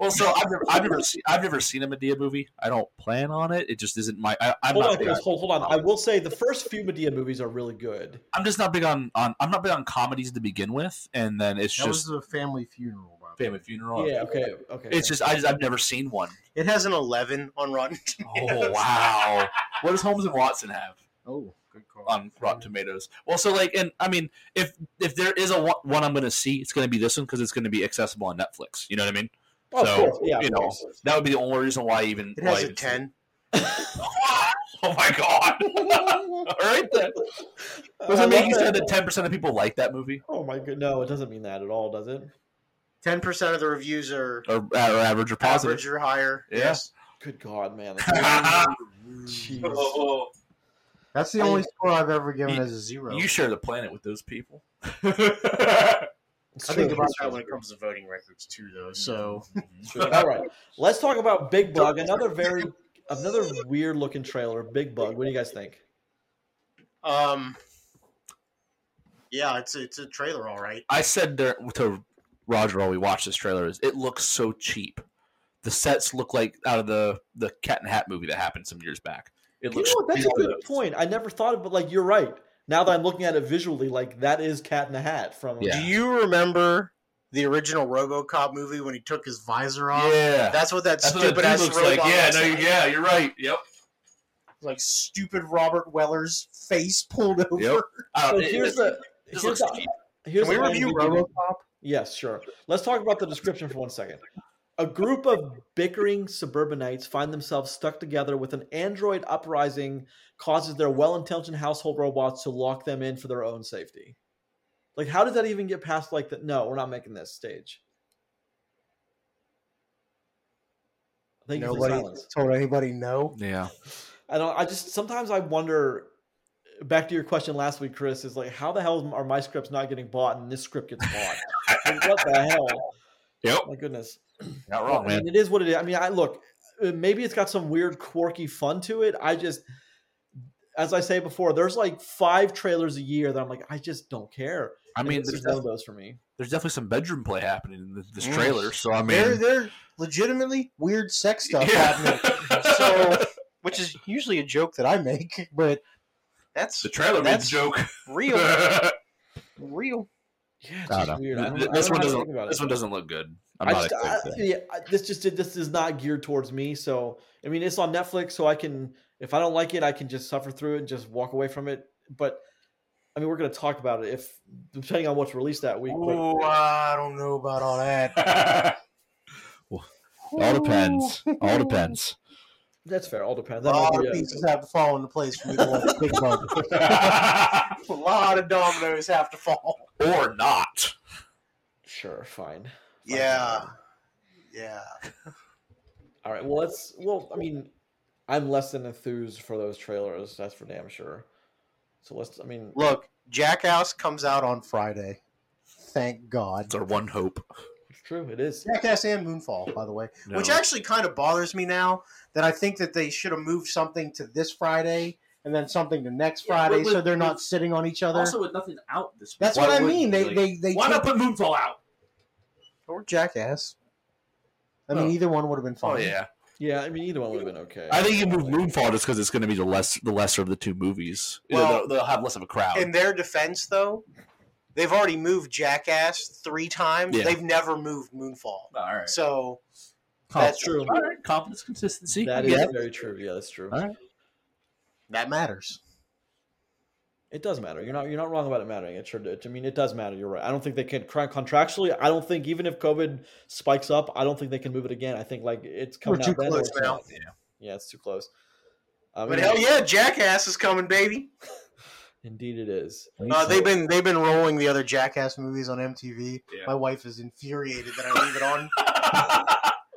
B: well, so I've never, I've never seen I've never seen a Medea movie. I don't plan on it. It just isn't my. I, I'm
A: hold on,
B: not. Big on,
A: Chris, hold, hold on. I will say the first few Medea movies are really good.
B: I'm just not big on, on. I'm not big on comedies to begin with, and then it's
D: That
B: just
D: was the family funeral. By the way.
B: family funeral.
A: yeah. Okay. Okay.
B: Oh, It's just I just, I've never seen one.
C: It has an eleven on Rotten.
B: Oh wow! what does Holmes and Watson have
D: Oh, good call.
B: on Rotten Tomatoes? Well, so like, and I mean, if if there is a one, one I'm going to see, it's going to be this one because it's going to be accessible on Netflix. You know what I mean?
A: oh, of
B: so,
A: course. Yeah.
B: you
A: of
B: know,
A: course.
B: That would be the only reason why I even.
C: It has
B: why I
C: a
B: even-
C: ten.
B: oh my god! All right then. Does
A: I
B: it make
A: love
B: you
A: that.
B: sad that ten percent of people like that movie
A: Oh my god! No, it doesn't mean that at all, does it?
C: Ten percent of the reviews are
B: or, uh, or average or Oh, positive?
C: average or higher.
B: Yeah.
C: Yes.
A: Good God, man! Jeez.
B: Oh,
D: That's the
A: I-
D: only score I've ever given
B: You-
D: as a zero.
B: you share the planet with those people.
A: It's
D: I think
A: true.
D: about
C: That's right when it comes to voting records too, though. So
A: All right, let's talk about Big Bug. Another very, another weird looking trailer. Big Bug. What do you guys think?
C: Um, yeah, it's it's a trailer, all right.
B: I said there, to Roger while we watched this trailer is it looks so cheap. The sets look like out of the the Cat and Hat movie that happened some years back. It
A: You
B: looks.
A: know what? That's a
B: cheap.
A: good point. I never thought of, but like you're right. Now that I'm looking at it visually, like that is Cat in the Hat from.
B: Yeah.
C: Do you remember the original RoboCop movie when he took his visor off?
B: Yeah,
C: That's what that
B: that's what that
C: stupid ass
B: dude looks
C: robot
B: like. Yeah,
C: looks
B: no, you-
C: like.
B: yeah, you're right. Yep.
C: Like stupid Robert Weller's face pulled over.
B: Yep. I
A: So
B: don't- it-
A: here's
B: Uh, it-
A: the.
B: this
A: Here's
B: looks
A: the
B: cheap.
A: here's
C: Can we
A: the
C: review
A: IMDb.
D: RoboCop.
A: Yes, sure. Let's talk about the description for one second. A group of bickering suburbanites find themselves stuck together with an android uprising causes their well-intentioned household robots to lock them in for their own safety. Like how did that even get past like that? No, we're not making this stage. Thank you for the
D: Nobody
A: silence.
D: told anybody no.
B: yeah.
A: I don't. I just sometimes I wonder. Back to your question last week, Chris, is like how the hell are my scripts not getting bought and this script gets bought? Like, what the hell?
B: Yep.
A: My goodness.
B: Not wrong,
A: I
B: man.
A: mean, it is what it is. I mean, I look. uh, Maybe it's got some weird quirky fun to it. I just, as I say before, there's like five trailers a year that I'm like, I just don't care.
B: I mean,
A: there's
B: there's,
A: none of
B: def-
A: those for me.
B: there's definitely some bedroom play happening in this, this
C: Mm.
B: trailer. So I
D: They're
B: mean,
D: they're legitimately weird sex stuff
B: yeah.
D: happening. So, which is usually a joke that I make, but that's
B: the trailer made the
D: That's-
B: joke.
D: real, real.
A: Yeah, it's
B: I don't
A: just
B: know.
A: weird. I don't-
B: Th-
A: I
B: This
A: don't know how to
B: one doesn't.
A: think about it.
B: This one doesn't look good. I'm
A: I
B: not
A: just, I,
B: excited.
A: yeah, I- this just this is not geared towards me. So I mean, it's on Netflix, so I can if I don't like it, I can just suffer through it and just walk away from it. But I mean, we're going to talk about it if depending on what's released that week. But
D: Oh, I don't know about all that.
B: All depends. All depends.
A: that's fair. All depends.
D: A
A: That might
D: lot
A: be
D: of
A: a-
D: pieces have to fall into place for me to watch Big Bug.
B: or
C: A lot of dominoes have to fall.
B: not.
A: sure, fine.
C: Yeah. Yeah.
A: All right. Well, let's. Well, I mean, I'm less than enthused for those trailers. That's for damn sure. So let's. I mean,
C: Look, Jackass comes out on Friday. Thank God.
B: It's our one hope.
A: it's true. It is.
C: Jackass and Moonfall, by the way.
B: No.
C: Which actually kind of bothers me now that I think that they should have moved something to this Friday and then something to next
B: Yeah,
C: Friday
B: with-
C: so they're
B: with-
C: not sitting on each other.
B: also with nothing out this.
C: That's
B: week,
C: what
B: why
C: I
B: would
C: mean.
B: you,
C: They,
B: like-
C: they, they
B: why
C: took-
B: not put Moonfall out?
C: or Jackass. I
A: Oh.
C: mean, either one would have been fine.
B: Oh yeah,
A: Yeah. I mean, either one would have been okay.
B: I think you move Moonfall just because it's going to be the less the lesser of the two movies. You know,
C: Well-
B: they'll, they'll have less of a crowd.
C: In their defense, though, they've already moved Jackass three times.
B: Yeah.
C: They've never moved Moonfall.
B: All right,
C: So
A: that's
C: that's
A: true.
B: all right, confidence, consistency.
A: That
B: I
A: is
B: get it.
A: very true. Yeah, that's true.
B: All right.
C: that matters.
A: It does matter. You're not. You're not wrong about it mattering. It sure. Did. I mean, it does matter. You're right. I don't think they can cra- contractually. I don't think even if COVID spikes up, I don't think they can move it again. I think like it's coming
C: too
A: out then or
C: close
A: it's
C: now.
A: not. Yeah. it's too close. I
C: But
A: mean,
C: hell yeah, Jackass is coming, baby.
A: indeed it is.
C: Uh, they've been they've been rolling the other Jackass movies on MTV.
B: Yeah.
C: My wife is infuriated that I leave it on.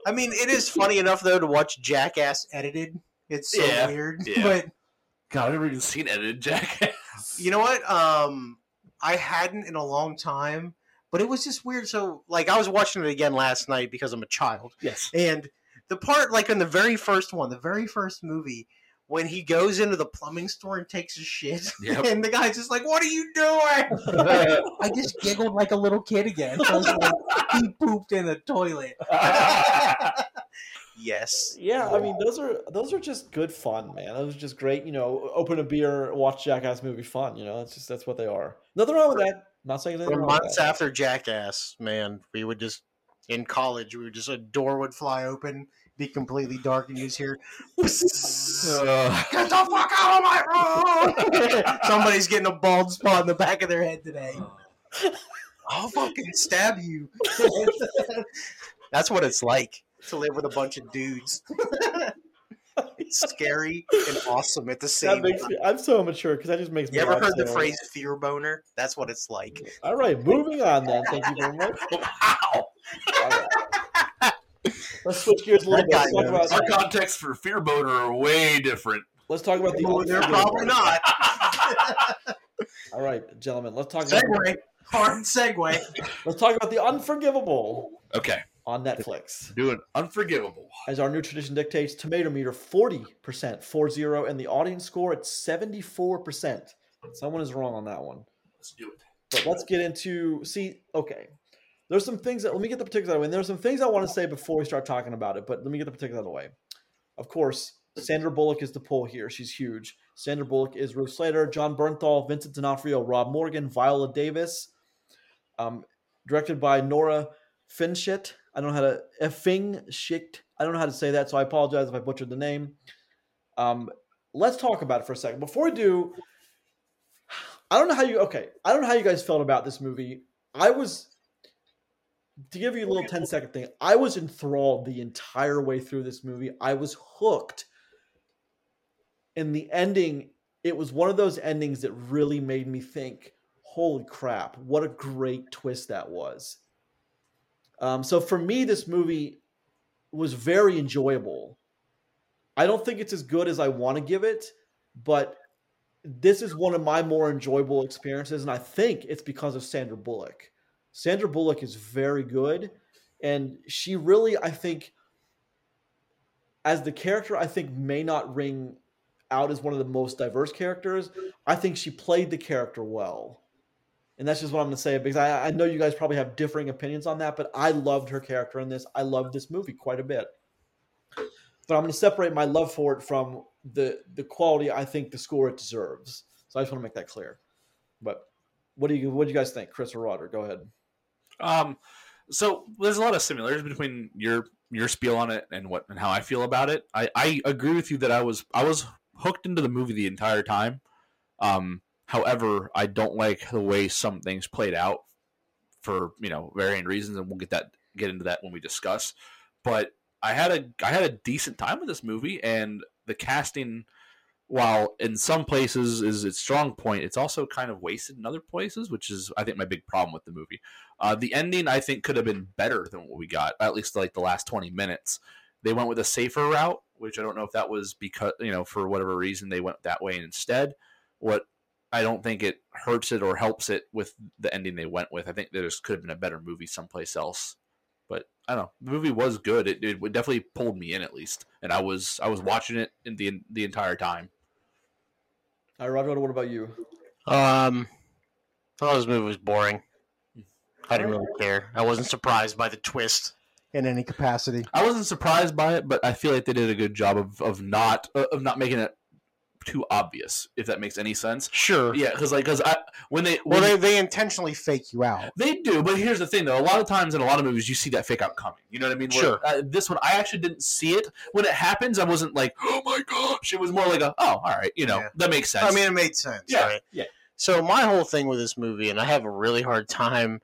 C: I mean, it is funny enough though to watch Jackass edited. It's so
B: Yeah.
C: weird,
B: Yeah.
C: but
B: God, I've never even seen edited Jackass.
C: You know what? Um, I hadn't in a long time, but it was just weird. So, like, I was watching it again last night because I'm a child,
B: yes.
C: and the part, like, in the very first one, the very first movie, when he goes into the plumbing store and takes his shit,
B: Yep.
C: and the guy's just like, "What are you doing?" I just giggled like a little kid again. I was like, he pooped in a toilet.
B: Uh,
C: Yes.
A: Yeah, I mean those are those are just good fun, man. That was just great. You know, open a beer, watch Jackass movie, fun. You know, that's just that's what they are. Nothing wrong with that. not saying anything
C: For
A: wrong with
C: months
A: that.
C: after Jackass, man, we would just in college, we would just a door would fly open, be completely dark, and you'd just hear, "Psst,
B: Uh,
C: "Get the fuck out of my room!" Somebody's getting a bald spot in the back of their head today. I'll fucking stab you. That's what it's like to live with a bunch of dudes. it's scary and awesome at the
A: That
C: same time.
A: makes me, I'm so immature because that just makes me.
C: You ever
A: laugh
C: heard the
A: so-
C: phrase fear boner? That's what it's like.
A: All right, moving on then. Thank you very much.
B: wow.
A: All right. Let's switch gears a little
C: That
A: bit.
C: guy
A: Let's talk,
C: knows.
A: about,
B: Our context for Fear Boner are way different.
A: let's talk about the.
C: Well, they're
A: unforgivable.
C: probably not.
A: All right, gentlemen. Let's talk. About,
C: Segway. Hard segue.
A: let's talk about the unforgivable
B: okay.
A: on Netflix.
B: Doing Unforgivable.
A: As our new tradition dictates, tomato meter 40%, 4 0, and the audience score at 74%. Someone is wrong on that one.
B: Let's do it.
A: But let's get into see, okay. There's some things that let me get the particulars out of the way. And there's some things I want to say before we start talking about it, but let me get the particulars out of the way. Of course, Sandra Bullock is the pull here. She's huge. Sandra Bullock is Ruth Slater, John Bernthal, Vincent D'Onofrio, Rob Morgan, Viola Davis. Um, directed by Nora Finchit. I don't know how to Finchit. I don't know how to say that, so I apologize if I butchered the name. Um, let's talk about it for a second. Before we do, I don't know how you okay. I don't know how you guys felt about this movie. I was to give you a little 10 second thing. I was enthralled the entire way through this movie. I was hooked. And the ending, it was one of those endings that really made me think, holy crap, what a great twist that was. Um, so for me, this movie was very enjoyable. I don't think it's as good as I want to give it, but this is one of my more enjoyable experiences, and I think it's because of Sandra Bullock. Sandra Bullock is very good, and she really, I think, as the character, I think may not ring out as one of the most diverse characters. I think she played the character well, and that's just what I'm going to say because I, I know you guys probably have differing opinions on that, but I loved her character in this. I loved this movie quite a bit but I'm going to separate my love for it from the the quality I think the score it deserves. So I just want to make that clear. But what do you what do you guys think, Chris or Roger? Go ahead.
B: Um, so there's a lot of similarities between your your spiel on it and what and how I feel about it. I, I agree with you that I was I was hooked into the movie the entire time. Um, however, I don't like the way some things played out for you know varying reasons, and we'll get that get into that when we discuss. But I had a I had a decent time with this movie, and the casting while in some places is its strong point, it's also kind of wasted in other places, which is I think my big problem with the movie. Uh, the ending I think could have been better than what we got, at least like the last twenty minutes. They went with a safer route, which I don't know if that was because you know for whatever reason they went that way instead. What I don't think it hurts it or helps it with the ending they went with. I think there just could have been a better movie someplace else. But I don't know. The movie was good. It, it definitely pulled me in at least, and I was I was watching it in the the entire time.
A: All right, Roger, what about you?
C: Um, thought this movie was boring. I didn't really care. I wasn't surprised by the twist.
D: in any capacity.
B: I wasn't surprised by it, but I feel like they did a good job of of not uh, of not making it too obvious. If that makes any sense.
C: Sure.
B: Yeah, because like because I when they
D: Well,
B: when-
D: they, they intentionally fake you out.
B: They do, but here's the thing, though. A lot of times in a lot of movies, you see that fake out coming. You know what I mean? Where,
C: Sure.
B: Uh, this one, I actually didn't see it when it happens. I wasn't like, oh my gosh. It was more like a, oh, all right. You know,
D: Yeah.
B: that makes sense.
D: I mean, it made sense.
B: Yeah.
C: Right.
A: yeah.
C: So my whole thing with this movie, and I have a really hard time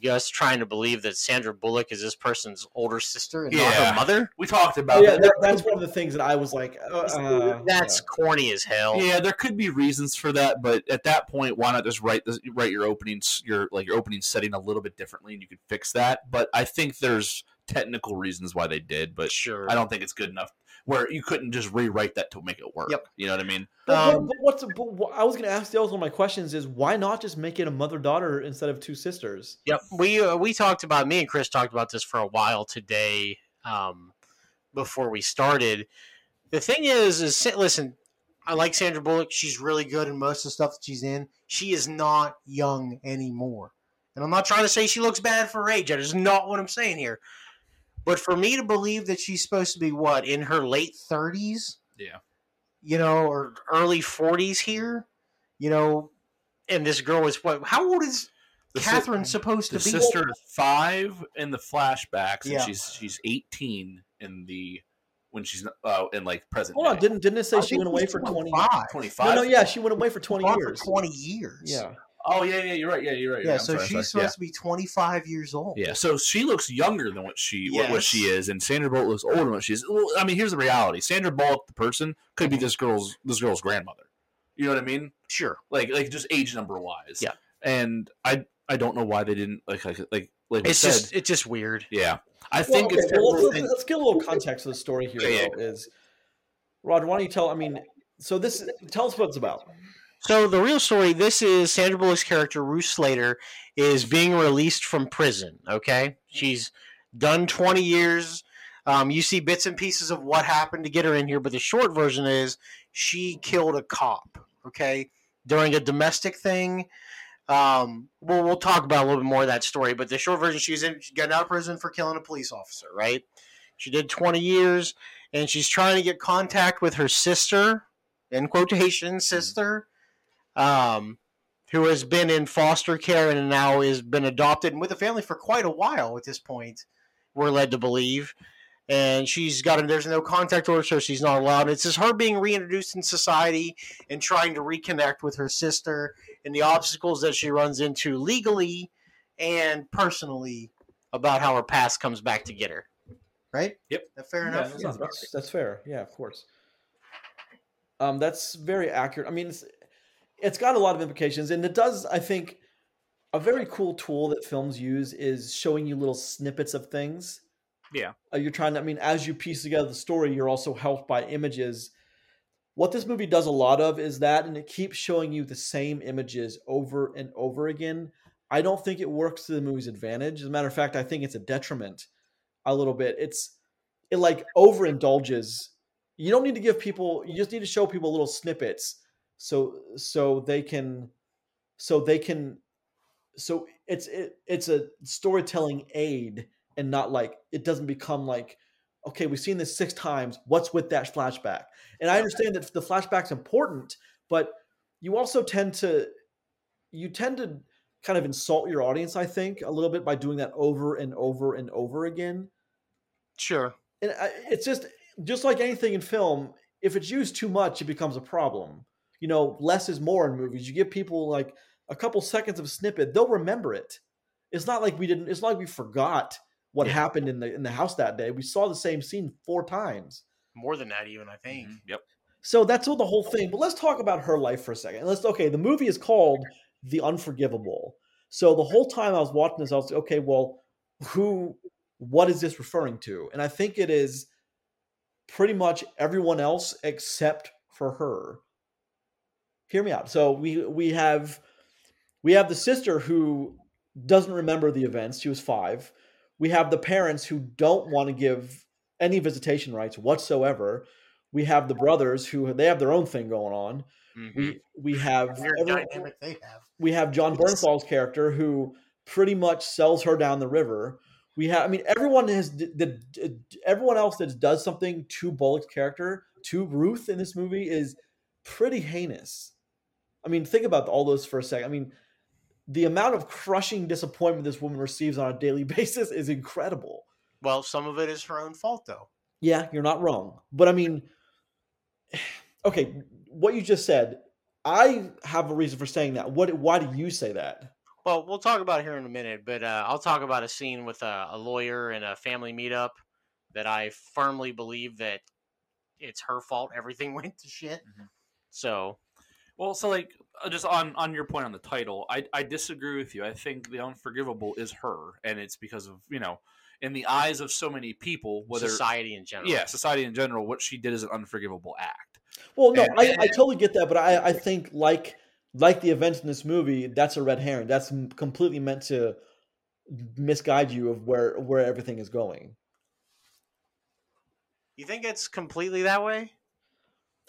C: just trying to believe that Sandra Bullock is this person's older sister and not
B: Yeah.
C: her mother.
B: we talked about
A: Yeah,
B: that.
A: that, that's one of the things that I was like, uh, uh,
C: That's corny as hell.
B: Yeah, there could be reasons for that, but at that point, why not just write this, write your openings, your like your opening setting a little bit differently, and you could fix that. But I think there's technical reasons why they did, but
C: sure.
B: I don't think it's good enough where you couldn't just rewrite that to make it work.
D: Yep.
B: You know what I mean?
A: But,
D: Um,
A: what, but what's but what I was going to ask. That was one of my questions: is why not just make it a mother daughter instead of two sisters?
C: Yep. We uh, we talked about me and Chris talked about this for a while today um, before we started. The thing is, is sa- listen.
D: I like Sandra Bullock. She's really good in most of the stuff that she's in. She is not young anymore. And I'm not trying to say she looks bad for her age. That is not what I'm saying here. But for me to believe that she's supposed to be what in her late 30s,
B: Yeah.
D: you know, or early 40s here, you know, and this girl is what? How old is
B: The si-
D: Catherine supposed to
B: the
D: be?
B: sister is five in the flashbacks, and
D: Yeah.
B: she's she's eighteen in the when she's uh, in like present.
A: Hold on,
B: day.
A: didn't didn't it say
D: I
A: she
D: think
A: went away
D: she's
A: for twenty?
D: 25.
B: twenty five.
A: No, no, yeah, she went away for twenty
D: Gone for
A: years.
D: 20 years.
A: Yeah,
B: Oh yeah, yeah, you're right. Yeah, you're right.
D: Yeah,
B: I'm
D: so
B: sorry, I'm
D: she's
B: sorry.
D: supposed to be 25 years old.
B: Yeah. yeah, so she looks younger than what she what, what she
D: Yes.
B: is, and Sandra Bullock looks older than what she is. Well, I mean, here's the reality: Sandra Bullock, the person, could be this girl's this girl's grandmother. You know what I mean?
C: Sure.
B: Like like just age number wise.
C: Yeah.
B: and I I don't know why they didn't like like like like we
C: It's
B: said.
C: just it's just weird.
B: yeah, I
A: Well,
B: think
A: okay,
B: it's
A: well, let's, let's- let's get a little context to the story here.
B: Yeah, yeah.
A: Though, is Rod? Why don't you tell? I mean, so this tell us what it's about.
C: So the real story. This is Sandra Bullock's character, Ruth Slater, is being released from prison. Okay, she's done twenty years. Um, you see bits and pieces of what happened to get her in here, but the short version is she killed a cop. Okay, during a domestic thing. Um, well, we'll talk about a little bit more of that story, but the short version, she's in, she got out of prison for killing a police officer. Right? She did twenty years, and she's trying to get contact with her sister, in quotation sister um, who has been in foster care and now has been adopted and with a family for quite a while at this point, we're led to believe. And she's got a There's no contact order, so she's not allowed. It's just her being reintroduced in society and trying to reconnect with her sister and the obstacles that she runs into legally and personally about how her past comes back to get her.
D: Right?
B: Yep.
D: That Fair
A: Yeah,
D: enough.
A: yeah, that's, that's fair. Yeah, of course. Um, that's very accurate. I mean, it's it's got a lot of implications, and it does. I think a very cool tool that films use is showing you little snippets of things.
B: Yeah.
A: Uh, you're trying to. I mean, as you piece together the story, you're also helped by images. What this movie does a lot of is that, and it keeps showing you the same images over and over again. I don't think it works to the movie's advantage. As a matter of fact, I think it's a detriment a little bit. It's it like overindulges. You don't need to give people. You just need to show people little snippets, so so they can, so they can, so it's it, it's a storytelling aid and not like it doesn't become like, okay, we've seen this six times. What's with that flashback? And I understand that the flashback's important, but you also tend to, you tend to kind of insult your audience. I think a little bit by doing that over and over and over again
C: Sure.
A: and I, it's just just like anything in film if it's used too much it becomes a problem you know less is more in movies you give people like a couple seconds of snippet they'll remember it it's not like we didn't it's not like we forgot what happened in the in the house that day we saw the same scene four times
C: More than that, even I think.
B: Yep.
A: So that's all the whole thing. But let's talk about her life for a second. Let's okay. The movie is called The Unforgivable. So the whole time I was watching this, I was like, okay, well, who, what is this referring to? And I think it is pretty much everyone else except for her. Hear me out. So we we have we have the sister who doesn't remember the events. She was five. We have the parents who don't want to give any visitation rights whatsoever. We have the brothers who they have their own thing going on.
B: Mm-hmm.
A: We we have
C: Weird
A: everyone-
C: dynamic they have.
A: we have John
C: Yes.
A: Bernthal's character who pretty much sells her down the river. We have, I mean, everyone has the, the everyone else that does something to Bullock's character to Ruth in this movie is pretty heinous. I mean, think about all those for a second. I mean, the amount of crushing disappointment this woman receives on a daily basis is incredible.
C: Well, some of it is her own fault, though.
A: Yeah, you're not wrong. But I mean, okay, what you just said, I have a reason for saying that. What? Why do you say that?
C: Well, we'll talk about it here in a minute, but uh, I'll talk about a scene with a, a lawyer and a family meetup that I firmly believe that it's her fault everything went to shit.
B: Mhm.
C: So,
B: Well, so like uh, just on on your point on the title, I I disagree with you. I think the unforgivable is her, and it's because of you know, in the eyes of so many people, whether
C: society in general.
B: yeah, society in general, what she did is an unforgivable act.
A: Well, no,
B: And-
A: I, I totally get that, but I, I think like like the events in this movie, that's a red herring. That's m- completely meant to misguide you of where where everything is going.
C: You think it's completely that way?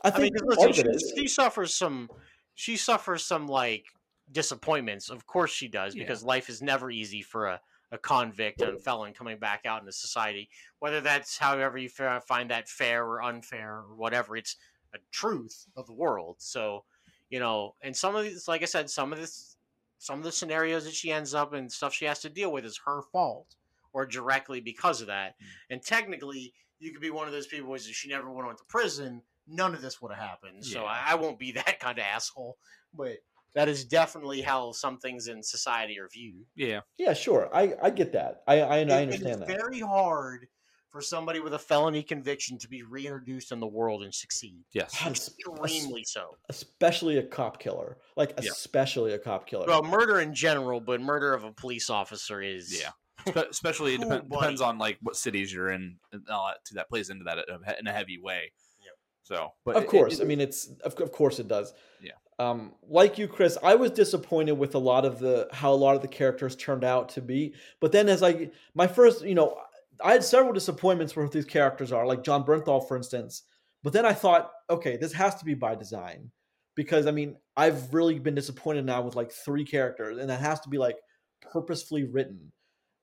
A: I
C: I mean,
A: think
C: 'cause
A: part of
C: listen,
A: it
C: she,
A: is-
C: she suffers some, she suffers some like disappointments. Of course she does,
B: Yeah.
C: because life is never easy for a, a convict and felon coming back out into society. Whether that's however you fa- find that fair or unfair or whatever, it's a truth of the world. So, you know, and some of these, like I said, some of this, some of the scenarios that she ends up and stuff she has to deal with is her fault or directly because of that.
A: Hmm.
C: And technically, you could be one of those people who says, she never went on to prison. None of this would have happened. So
B: Yeah.
C: I, I won't be that kind of asshole. But that is definitely how some things in society are viewed.
B: Yeah,
A: yeah, sure. I, I get that. I I, and I
C: It- it is
A: understand that.
C: very hard for somebody with a felony conviction to be reintroduced in the world and succeed.
B: yes,
A: God, es-
C: Extremely so.
A: Especially a cop killer, like
B: Yeah.
A: especially a cop killer.
C: Well, murder in general, but murder of a police officer is
B: yeah. Spe- especially it
C: Cool,
B: depend,
C: buddy.
B: depends on like what cities you're in and all that. too. That plays into that in a- in a heavy way.
C: Yep.
B: So, but
A: of
B: it- it-
A: course,
B: it-
A: I mean it's of, of course it does.
B: Yeah.
A: Um, like you, Chris, I was disappointed with a lot of the how a lot of the characters turned out to be. But then, as I my first, you know, I had several disappointments with these characters are, like John Bernthal, for instance. But then I thought, okay, this has to be by design because I mean I've really been disappointed now with like three characters, and that has to be like purposefully written.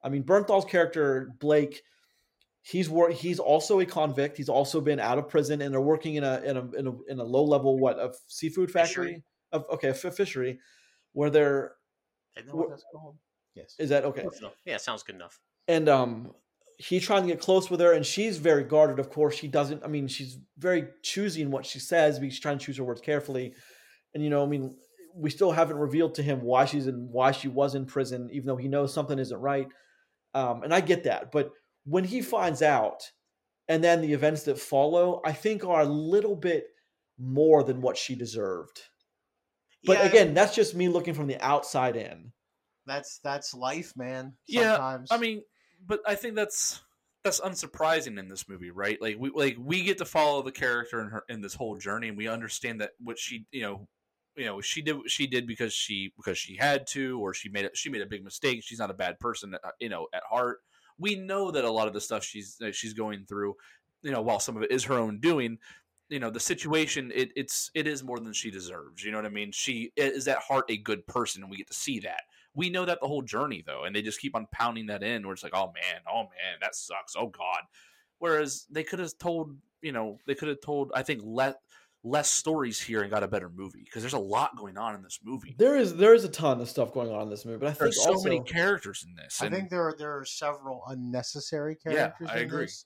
A: I mean, Bernthal's character Blake, he's wor- he's also a convict. He's also been out of prison, and they're working in a in a in a, in a low level what a seafood factory
C: Fishery.
A: of okay a fi- fishery, where they're
C: Isn't that what
A: Wh-
C: that's called? Yes.
A: is that okay?
C: Yeah, sounds good enough.
A: and um he's trying to get close with her and she's very guarded of course she doesn't i mean she's very choosy in what she says because she's trying to choose her words carefully and you know i mean we still haven't revealed to him why she's in why she was in prison even though he knows something isn't right um and i get that but when he finds out and then the events that follow i think are a little bit more than what she deserved but
C: Yeah,
A: again that's just me looking from the outside in
D: That's that's life, man.
B: Yeah,
D: Sometimes.
B: I mean, but I think that's that's unsurprising in this movie, right? Like we like we get to follow the character in her in this whole journey, and we understand that what she you know you know she did what she did because she because she had to, or she made a, she made a big mistake. She's not a bad person, uh, you know, at heart. We know that a lot of the stuff she's that she's going through, you know, while some of it is her own doing. You know the situation. It, it's it is more than she deserves. You know what I mean. She is at heart a good person, and we get to see that we know that the whole journey though and they just keep on pounding that in where it's like oh man oh man that sucks oh god whereas they could have told you know they could have told i think let less stories here and got a better movie because there's a lot going on in this movie
A: there is there is a ton of stuff going on in this movie but i think
B: there's so
A: also,
B: many characters in this
D: I
B: and
D: think there are there are several unnecessary
B: Yeah,
D: characters.
B: I
D: in
B: agree.
D: This.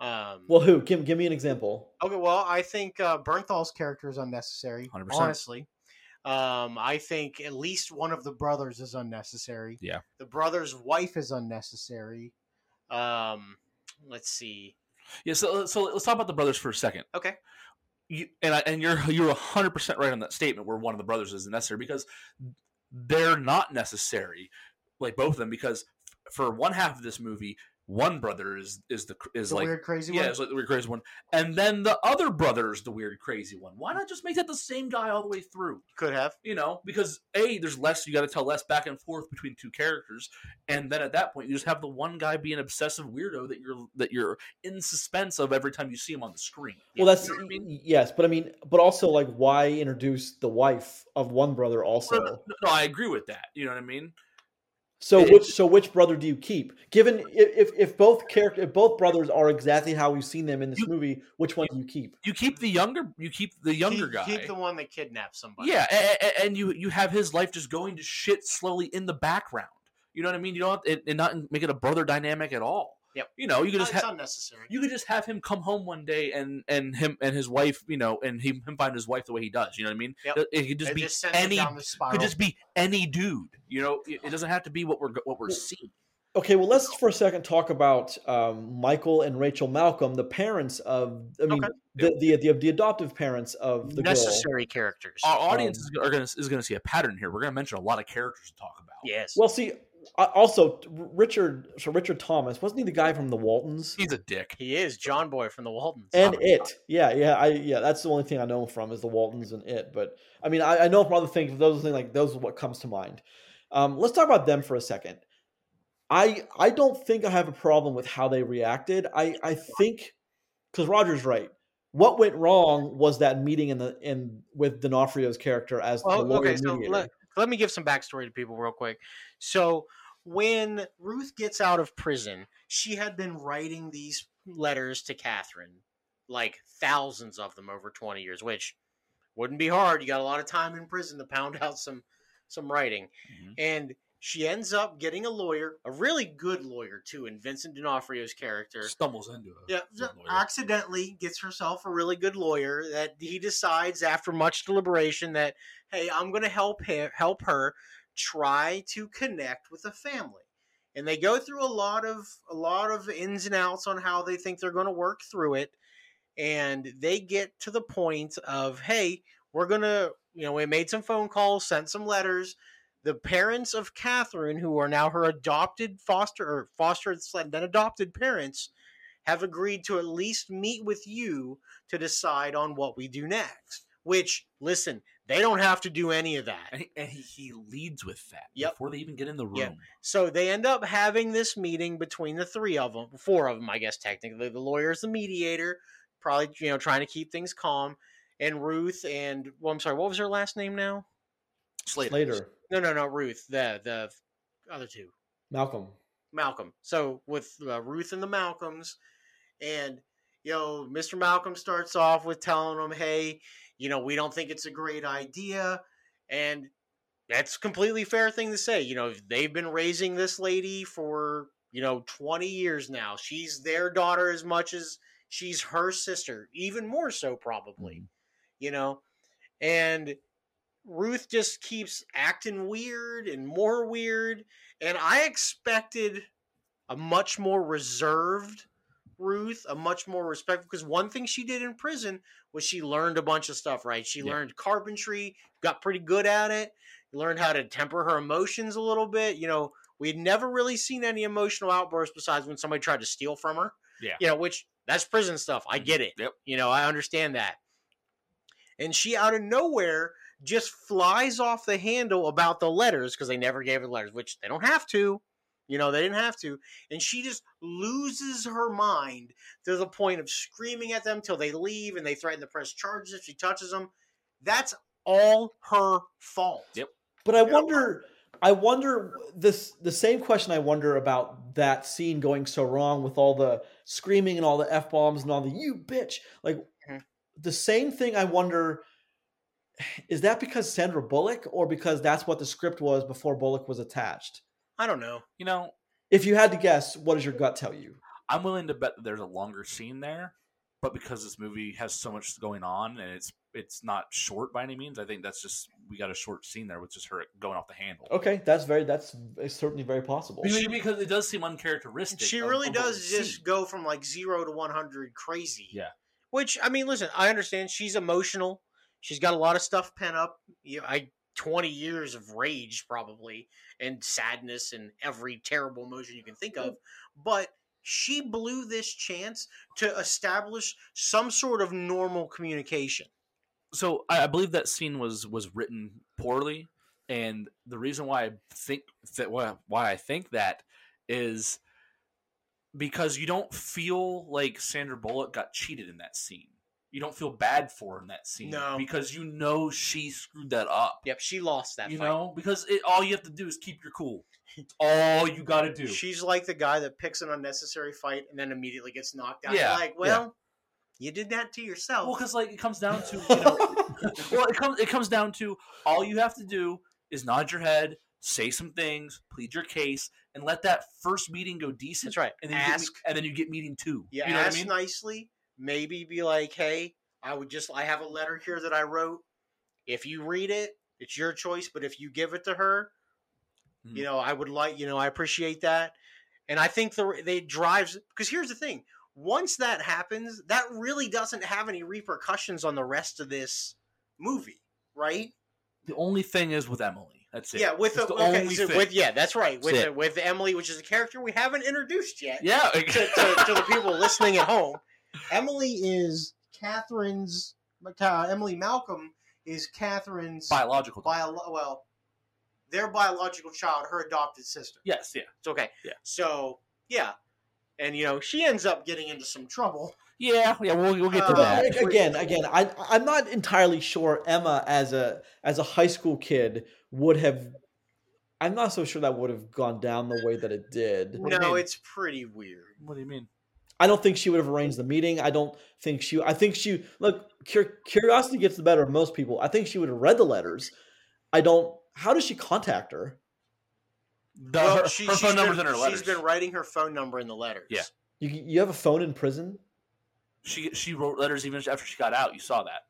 C: Um,
A: Well, who? Give, give me an example.
C: okay, well, I think uh,
D: Bernthal's character is unnecessary.
B: 100%.
D: Honestly,
C: honestly. Um, I think at least one of the brothers is unnecessary.
B: Yeah.
D: the brother's wife is unnecessary.
C: Um, let's see.
B: uh, yeah so, so let's talk about the brothers for a second
C: Okay.
B: you, and I, and you're you're hundred percent right on that statement where one of the brothers isn't necessary because they're not necessary, like both of them. Because f- for one half of this movie, one brother is is the cr- is
D: the
B: like
D: weird crazy
B: yeah,
D: one.
B: it's like the weird crazy one, and then the other brother is the weird crazy one. Why not just make that the same guy all the way through?
C: Could have.
B: You know, because a there's less you got to tell less back and forth between two characters, and then at that point you just have the one guy be an obsessive weirdo that you're that you're in suspense of every time you see him on the screen.
A: Well, that's
B: You know what I mean?
A: yes, but I mean, but also like, why introduce the wife of one brother also?
B: No, no, no, no, I agree with that. You know what I mean?
A: So
B: It-
A: which so which brother do you keep? Given i- if if both character if both brothers are exactly how we've seen them in this
B: You-
A: movie, which one do you keep?
B: You keep the younger, you keep the younger
C: keep,
B: guy.
C: Keep the one that kidnapped somebody.
B: yeah, a- a- a- and you you have his life just going to shit slowly in the background. You know what I mean? You don't have to- and- and not make it a brother dynamic at all.
C: Yep.
B: You know, you could
C: No,
B: just
C: it's
B: have
C: unnecessary.
B: you could just have him come home one day and and him and his wife, you know, and he, him find his wife the way he does. You know what I mean?
C: Yep.
B: It- It could just
C: It
B: be
C: just sends them
B: any
C: down the spiral.
B: could just be any dude. You know, it, it doesn't have to be what we're go- what we're
A: Well,
B: seeing.
A: Okay, well let's for a second talk about um, Michael and Rachel Malcolm, the parents of I mean
C: Okay.
A: the, the, the the adoptive parents of the girl.
C: necessary characters.
B: Our audience
A: um,
B: is, are gonna is gonna see a pattern here. We're gonna mention a lot of characters to talk about.
C: yes.
A: Well, see, I- also Richard so Richard Thomas wasn't he the guy from the Waltons?
B: He's a dick.
C: he is John Boy from the Waltons.
A: and it yeah yeah i yeah that's the only thing i know him from is the waltons and it but i mean i, I know from other things but those are the things like those are what comes to mind um, let's talk about them for a second i i don't think i have a problem with how they reacted i i think because roger's right what went wrong was that meeting in the in with D'Onofrio's character as the
C: Well,
A: lawyer
C: okay, so
A: mediator.
C: let, let me give some backstory to people real quick. So when Ruth gets out of prison, she had been writing these letters to Catherine, like thousands of them over twenty years, which wouldn't be hard. You got a lot of time in prison to pound out some some writing,
B: Mhm.
C: and she ends up getting a lawyer, a really good lawyer too, in Vincent D'Onofrio's character.
B: Stumbles into a
C: Yeah,
B: a lawyer.
C: accidentally gets herself a really good lawyer that he decides after much deliberation that hey, I'm going to help him help her try to connect with the family. And they go through a lot of a lot of ins and outs on how they think they're going to work through it and they get to the point of hey, we're going to, you know, we made some phone calls, sent some letters, the parents of Catherine, who are now her adopted foster or foster and then adopted parents, have agreed to at least meet with you to decide on what we do next. Which, listen, they don't have to do any of that.
B: And he, and he, he leads with that
C: Yep.
B: before they even get in the room.
C: Yep. So they end up having this meeting between the three of them, four of them, I guess, technically. The lawyer's the mediator, probably, you know, trying to keep things calm. And Ruth and, well, I'm sorry, what was her last name now?
B: Slater.
A: later
C: No, no, no, Ruth, the, the other two.
A: malcolm
C: Malcolm. So with uh, Ruth and the Malcolms, and you know, Mr. Malcolm starts off with telling them, "Hey, you know, we don't think it's a great idea," and that's a completely fair thing to say. You know, they've been raising this lady for you know twenty years now. She's their daughter as much as she's her sister, even more so probably. You know, and Ruth just keeps acting weird and more weird. And I expected a much more reserved Ruth, a much more respectful. Because one thing she did in prison was she learned a bunch of stuff, right? She
B: Yeah.
C: learned carpentry, got pretty good at it, learned how to temper her emotions a little bit. You know, we had never really seen any emotional outbursts besides when somebody tried to steal from her.
B: Yeah. Mm-hmm.
C: You know, which that's prison stuff. I get it.
B: Yep.
C: You know, I understand that. And she out of nowhere just flies off the handle about the letters because they never gave her the letters, which they don't have to. You know, they didn't have to. And she just loses her mind to the point of screaming at them till they leave and they threaten to press charges if she touches them. That's all her fault.
B: Yep.
A: But I
C: Yeah.
A: wonder, I wonder this the same question I wonder about that scene going so wrong with all the screaming and all the f bombs and all the you bitch. Like
C: Mhm.
A: the same thing I wonder is that because Sandra Bullock or because that's what the script was before Bullock was attached?
C: I don't know.
B: You know,
A: If you had to guess, what does your gut tell you?
B: I'm willing to bet that there's a longer scene there, but because this movie has so much going on and it's it's not short by any means, I think that's just we got a short scene there with just her going off the handle.
A: Okay, that's very that's it's certainly very possible.
B: You know what I mean? Because it does seem uncharacteristic.
C: She
B: of-
C: really
B: of what
C: does
B: we see.
C: just go from like zero to 100 crazy.
B: Yeah.
C: Which I mean, listen, I understand she's emotional. She's got a lot of stuff pent up. You, I twenty years of rage probably and sadness and every terrible emotion you can think of. But she blew this chance to establish some sort of normal communication.
B: so I, I believe that scene was was written poorly, and the reason why I think that why, why I think that is because you don't feel like Sandra Bullock got cheated in that scene. You don't feel bad for her in that scene
C: No.
B: because you know she screwed that up.
C: Yep, she lost that.
B: you
C: fight.
B: know, because it, all you have to do is keep your cool. All you got to do.
C: She's like the guy that picks an unnecessary fight and then immediately gets knocked out.
B: Yeah,
C: You're like, well, you did that to
B: Well,
C: yourself.
B: because like it comes down to you know, well, it comes it comes down to all you have to do is nod your head, say some things, plead your case, and let that first meeting go decent.
C: That's right.
B: And then you get me-
C: ask,
B: and then you get meeting two.
C: yeah,
B: you know
C: ask
B: what I mean?
C: nicely. Maybe be like, hey, I would just, I have a letter here that I wrote. If you read it, it's your choice. But if you give it to her, you
B: Mhm.
C: know, I would like, you know, I appreciate that. And I think the they drives because here's the thing: once that happens, that really doesn't have any repercussions on the rest of this movie, right?
B: the only thing is with Emily. That's it.
C: Yeah, with
B: That's
C: the,
B: the
C: okay,
B: only
C: so
B: thing.
C: with yeah, that's right. With
B: That's
C: the, with Emily, which is a character we haven't introduced yet
B: yeah.
C: to, to, to the people listening at home. Emily is Catherine's. Uh, Emily Malcolm is Catherine's.
B: Biological.
C: bio- well, their biological child, her adopted sister.
B: yes. Yeah.
C: It's okay.
B: Yeah.
C: So yeah, and you know she ends up getting into some trouble.
B: Yeah. Yeah. We'll, we'll get to
C: Uh,
A: But,
B: that.
A: like, again, again, I I'm not entirely sure Emma as a as a high school kid would have. I'm not so sure that would have gone down the way that it did.
B: What do you
C: No,
B: mean?
C: it's pretty weird.
B: What do you mean?
A: I don't think she would have arranged the meeting. I don't think she. I think she. Look, cur- curiosity gets the better of most people. I think she would have read the letters. I don't. How does she contact her?
B: The,
C: Well,
B: her,
C: she-
B: her
C: she's
B: phone number's
C: been-
B: in her letters.
C: She's been writing her phone number in the letters.
B: Yeah.
A: You you have a phone in prison.
B: she she wrote letters even after she got out. You saw that.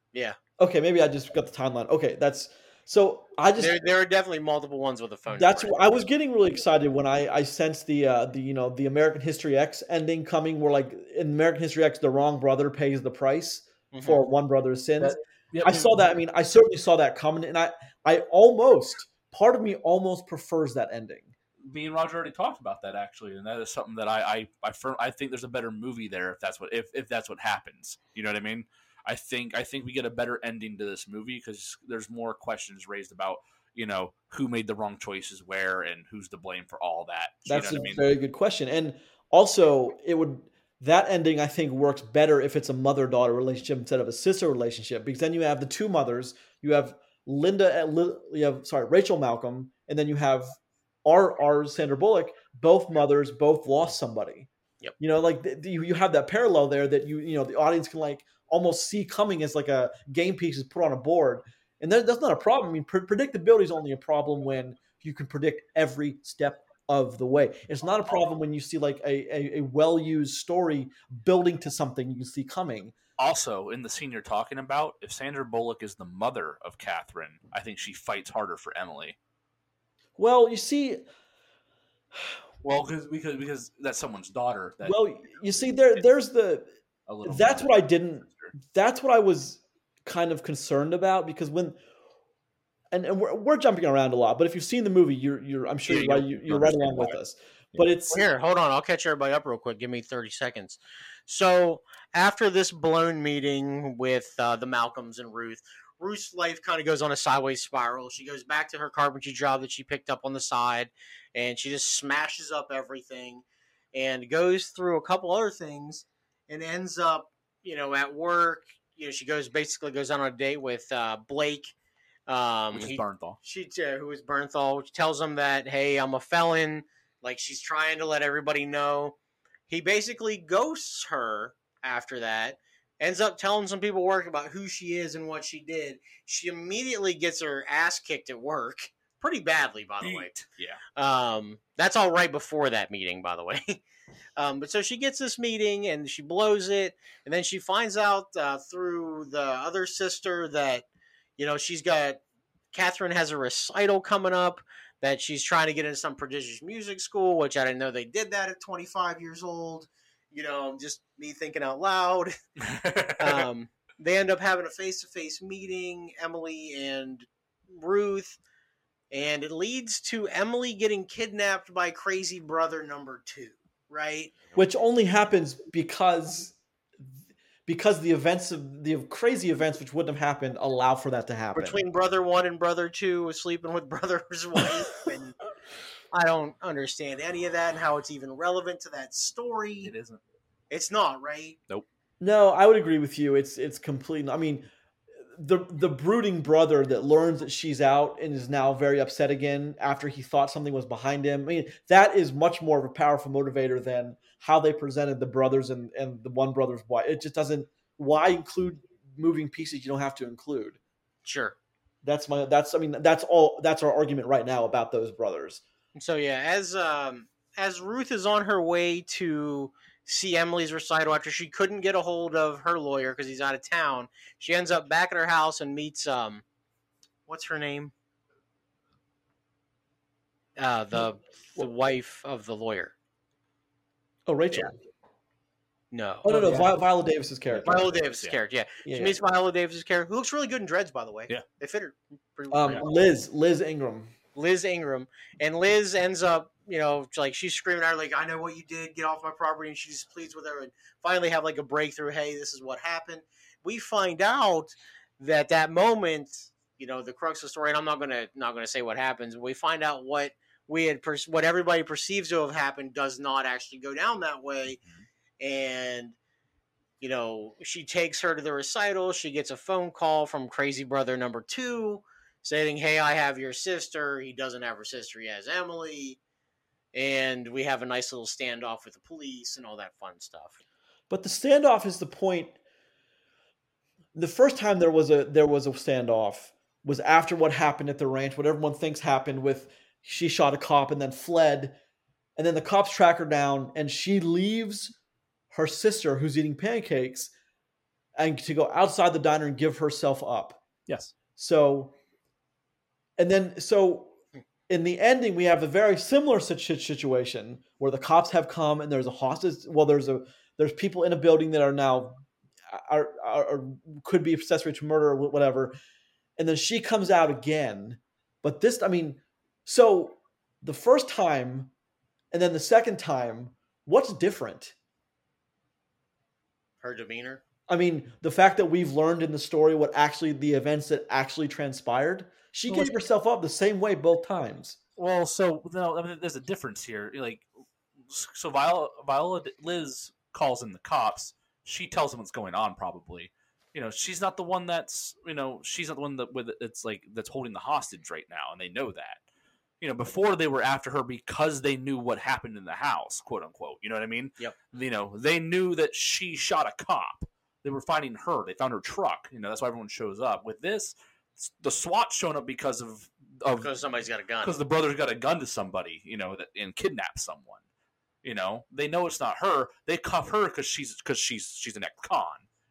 A: Okay, maybe I just got the timeline. Okay, that's so. I just
C: There, there are definitely multiple ones with a phone.
A: That's
C: number.
A: wh- I was getting really excited when I I sensed the uh, the you know the American History X ending coming, where like in American History X, the wrong brother pays the price
C: Mhm.
A: for one brother's sins.
B: Yep.
A: I saw Mm-hmm. that. I mean, I certainly saw that coming, and I I almost part of me almost prefers that ending.
B: me and Roger already talked about that actually, and that is something that I I I, firm, I think there's a better movie there if that's what if, if that's what happens. You know what I mean? I think I think we get a better ending to this movie because there's more questions raised about you know who made the wrong choices where and who's to blame for all that.
A: That's
B: you know
A: a
B: what I mean?
A: very good question, and also it would that ending I think works better if it's a mother daughter relationship instead of a sister relationship because then you have the two mothers, you have Linda and Li- you have sorry Rachel Malcolm, and then you have our our Sandra Bullock, both mothers, both lost somebody.
C: Yep.
A: You know, like th- you you have that parallel there that you you know the audience can like almost see coming as like a game piece is put on a board, and that, that's not a problem. I mean, pre- predictability is only a problem when you can predict every step of the way. It's not a problem when you see like a, a, a well used story building to something you see coming.
B: Also, in the scene you're talking about, if Sandra Bullock is the mother of Catherine, I think she fights harder for Emily.
A: Well, you see,
B: Well, because because because that's someone's daughter. That
A: well, you see, there there's the
B: a little
A: that's what I didn't that's what I was kind of concerned about because when and, and we're, we're jumping around a lot, but if you've seen the movie, you're you're I'm sure
B: Yeah,
A: you're, right,
B: you'll-
A: you,
B: you'll
A: you're right
B: understand
A: along with us. But it's
C: Well, Here, hold on. I'll catch everybody up real quick. Give me 30 seconds. So, after this blown meeting with uh, the Malcolms and Ruth, Ruth's life kind of goes on a sideways spiral. She goes back to her carpentry job that she picked up on the side and she just smashes up everything and goes through a couple other things and ends up, you know, at work. You know, she goes basically goes on a date with uh, Blake. Um,
B: Which is
C: he-
B: Barnthal.
C: she uh, who is Bernthal she tells him that hey I'm a felon like she's trying to let everybody know he basically ghosts her after that ends up telling some people at work about who she is and what she did she immediately gets her ass kicked at work pretty badly by the way
B: Beat. Yeah.
C: um, that's all right before that meeting, by the way. um, but so she gets this meeting and she blows it, and then she finds out uh, through the other sister that you know she's got Catherine has a recital coming up that she's trying to get into some prodigious music school, which I didn't know they did that at 25 years old. you know, just me thinking out loud. Um, they end up having a face to face meeting, Emily and Ruth, and it leads to Emily getting kidnapped by crazy brother number two, right?
A: which only happens because because the events of the crazy events which wouldn't have happened allow for that to happen.
C: Between brother one and brother two was sleeping with brother's wife, and I don't understand any of that and how it's even relevant to that story.
B: it isn't.
C: It's not, right?
A: No, I would agree with you. It's it's complete. I mean, the the brooding brother that learns that she's out and is now very upset again after he thought something was behind him. I mean, that is much more of a powerful motivator than how they presented the brothers and and the one brother's why. It just doesn't. Why include moving pieces you don't have to include?
C: Sure.
A: That's my. That's. I mean. That's all. That's our argument right now about those brothers.
F: So yeah,
C: as um as Ruth is on her way to see Emily's recital after she couldn't get a hold of her lawyer because he's out of town, she ends up back at her house and meets um what's her name? Uh the the wife of the lawyer.
A: Oh, Rachel.
C: No.
A: Oh no, no, Vi- Viola Davis's character.
C: Viola Davis'
B: Yeah.
C: character, yeah.
A: Yeah,
C: She
A: yeah.
C: meets Viola Davis' character, who looks really good in dreads, by the way.
B: Yeah.
C: They fit her pretty well.
A: Um, Liz. Liz Ingram.
C: Liz Ingram, and Liz ends up, you know, like she's screaming at her, like, "I know what you did. Get off my property!" And she just pleads with her, and finally have like a breakthrough. Hey, this is what happened. We find out that that moment, you know, the crux of the story. And I'm not gonna not gonna say what happens, but we find out what we had per- what everybody perceives to have happened does not actually go down that way,
B: Mm-hmm.
C: and. You know, she takes her to the recital. She gets a phone call from Crazy Brother Number Two, saying, "Hey, I have your sister." He doesn't have her sister; he has Emily, and we have a nice little standoff with the police and all that fun stuff.
A: But the standoff is the point. The first time there was a there was a standoff was after what happened at the ranch, what everyone thinks happened with she shot a cop and then fled, and then the cops track her down and she leaves her sister who's eating pancakes and to go outside the diner and give herself up.
B: Yes.
A: So, and then so in the ending, we have a very similar sit- sit- situation where the cops have come and there's a hostage. Well, there's a there's people in a building that are now are, are, are could be accessory to murder or wh- whatever, and then she comes out again. But this, I mean, so the first time and then the second time, what's different?
C: Her demeanor.
A: I mean, the fact that we've learned in the story what actually the events that actually transpired, she
B: Well,
A: gave herself up the same way both times.
B: Well, so no, I mean, there's a difference here. Like, so Viola, Viola, Liz calls in the cops. She tells them what's going on. Probably, you know, she's not the one that's, you know, she's not the one that with it's like that's holding the hostage right now, and they know that. You know, before they were after her because they knew what happened in the house, quote unquote. You know what I mean?
C: Yep.
B: You know, they knew that she shot a cop. They were finding her. They found her truck. You know, that's why everyone shows up. With this, s- the SWAT showing up because of of
C: Because somebody's got a gun.
B: because the brother's got a gun to somebody, you know, that, and kidnaps someone. You know, they know it's not her. They cuff her because she's because she's she's an ex-con.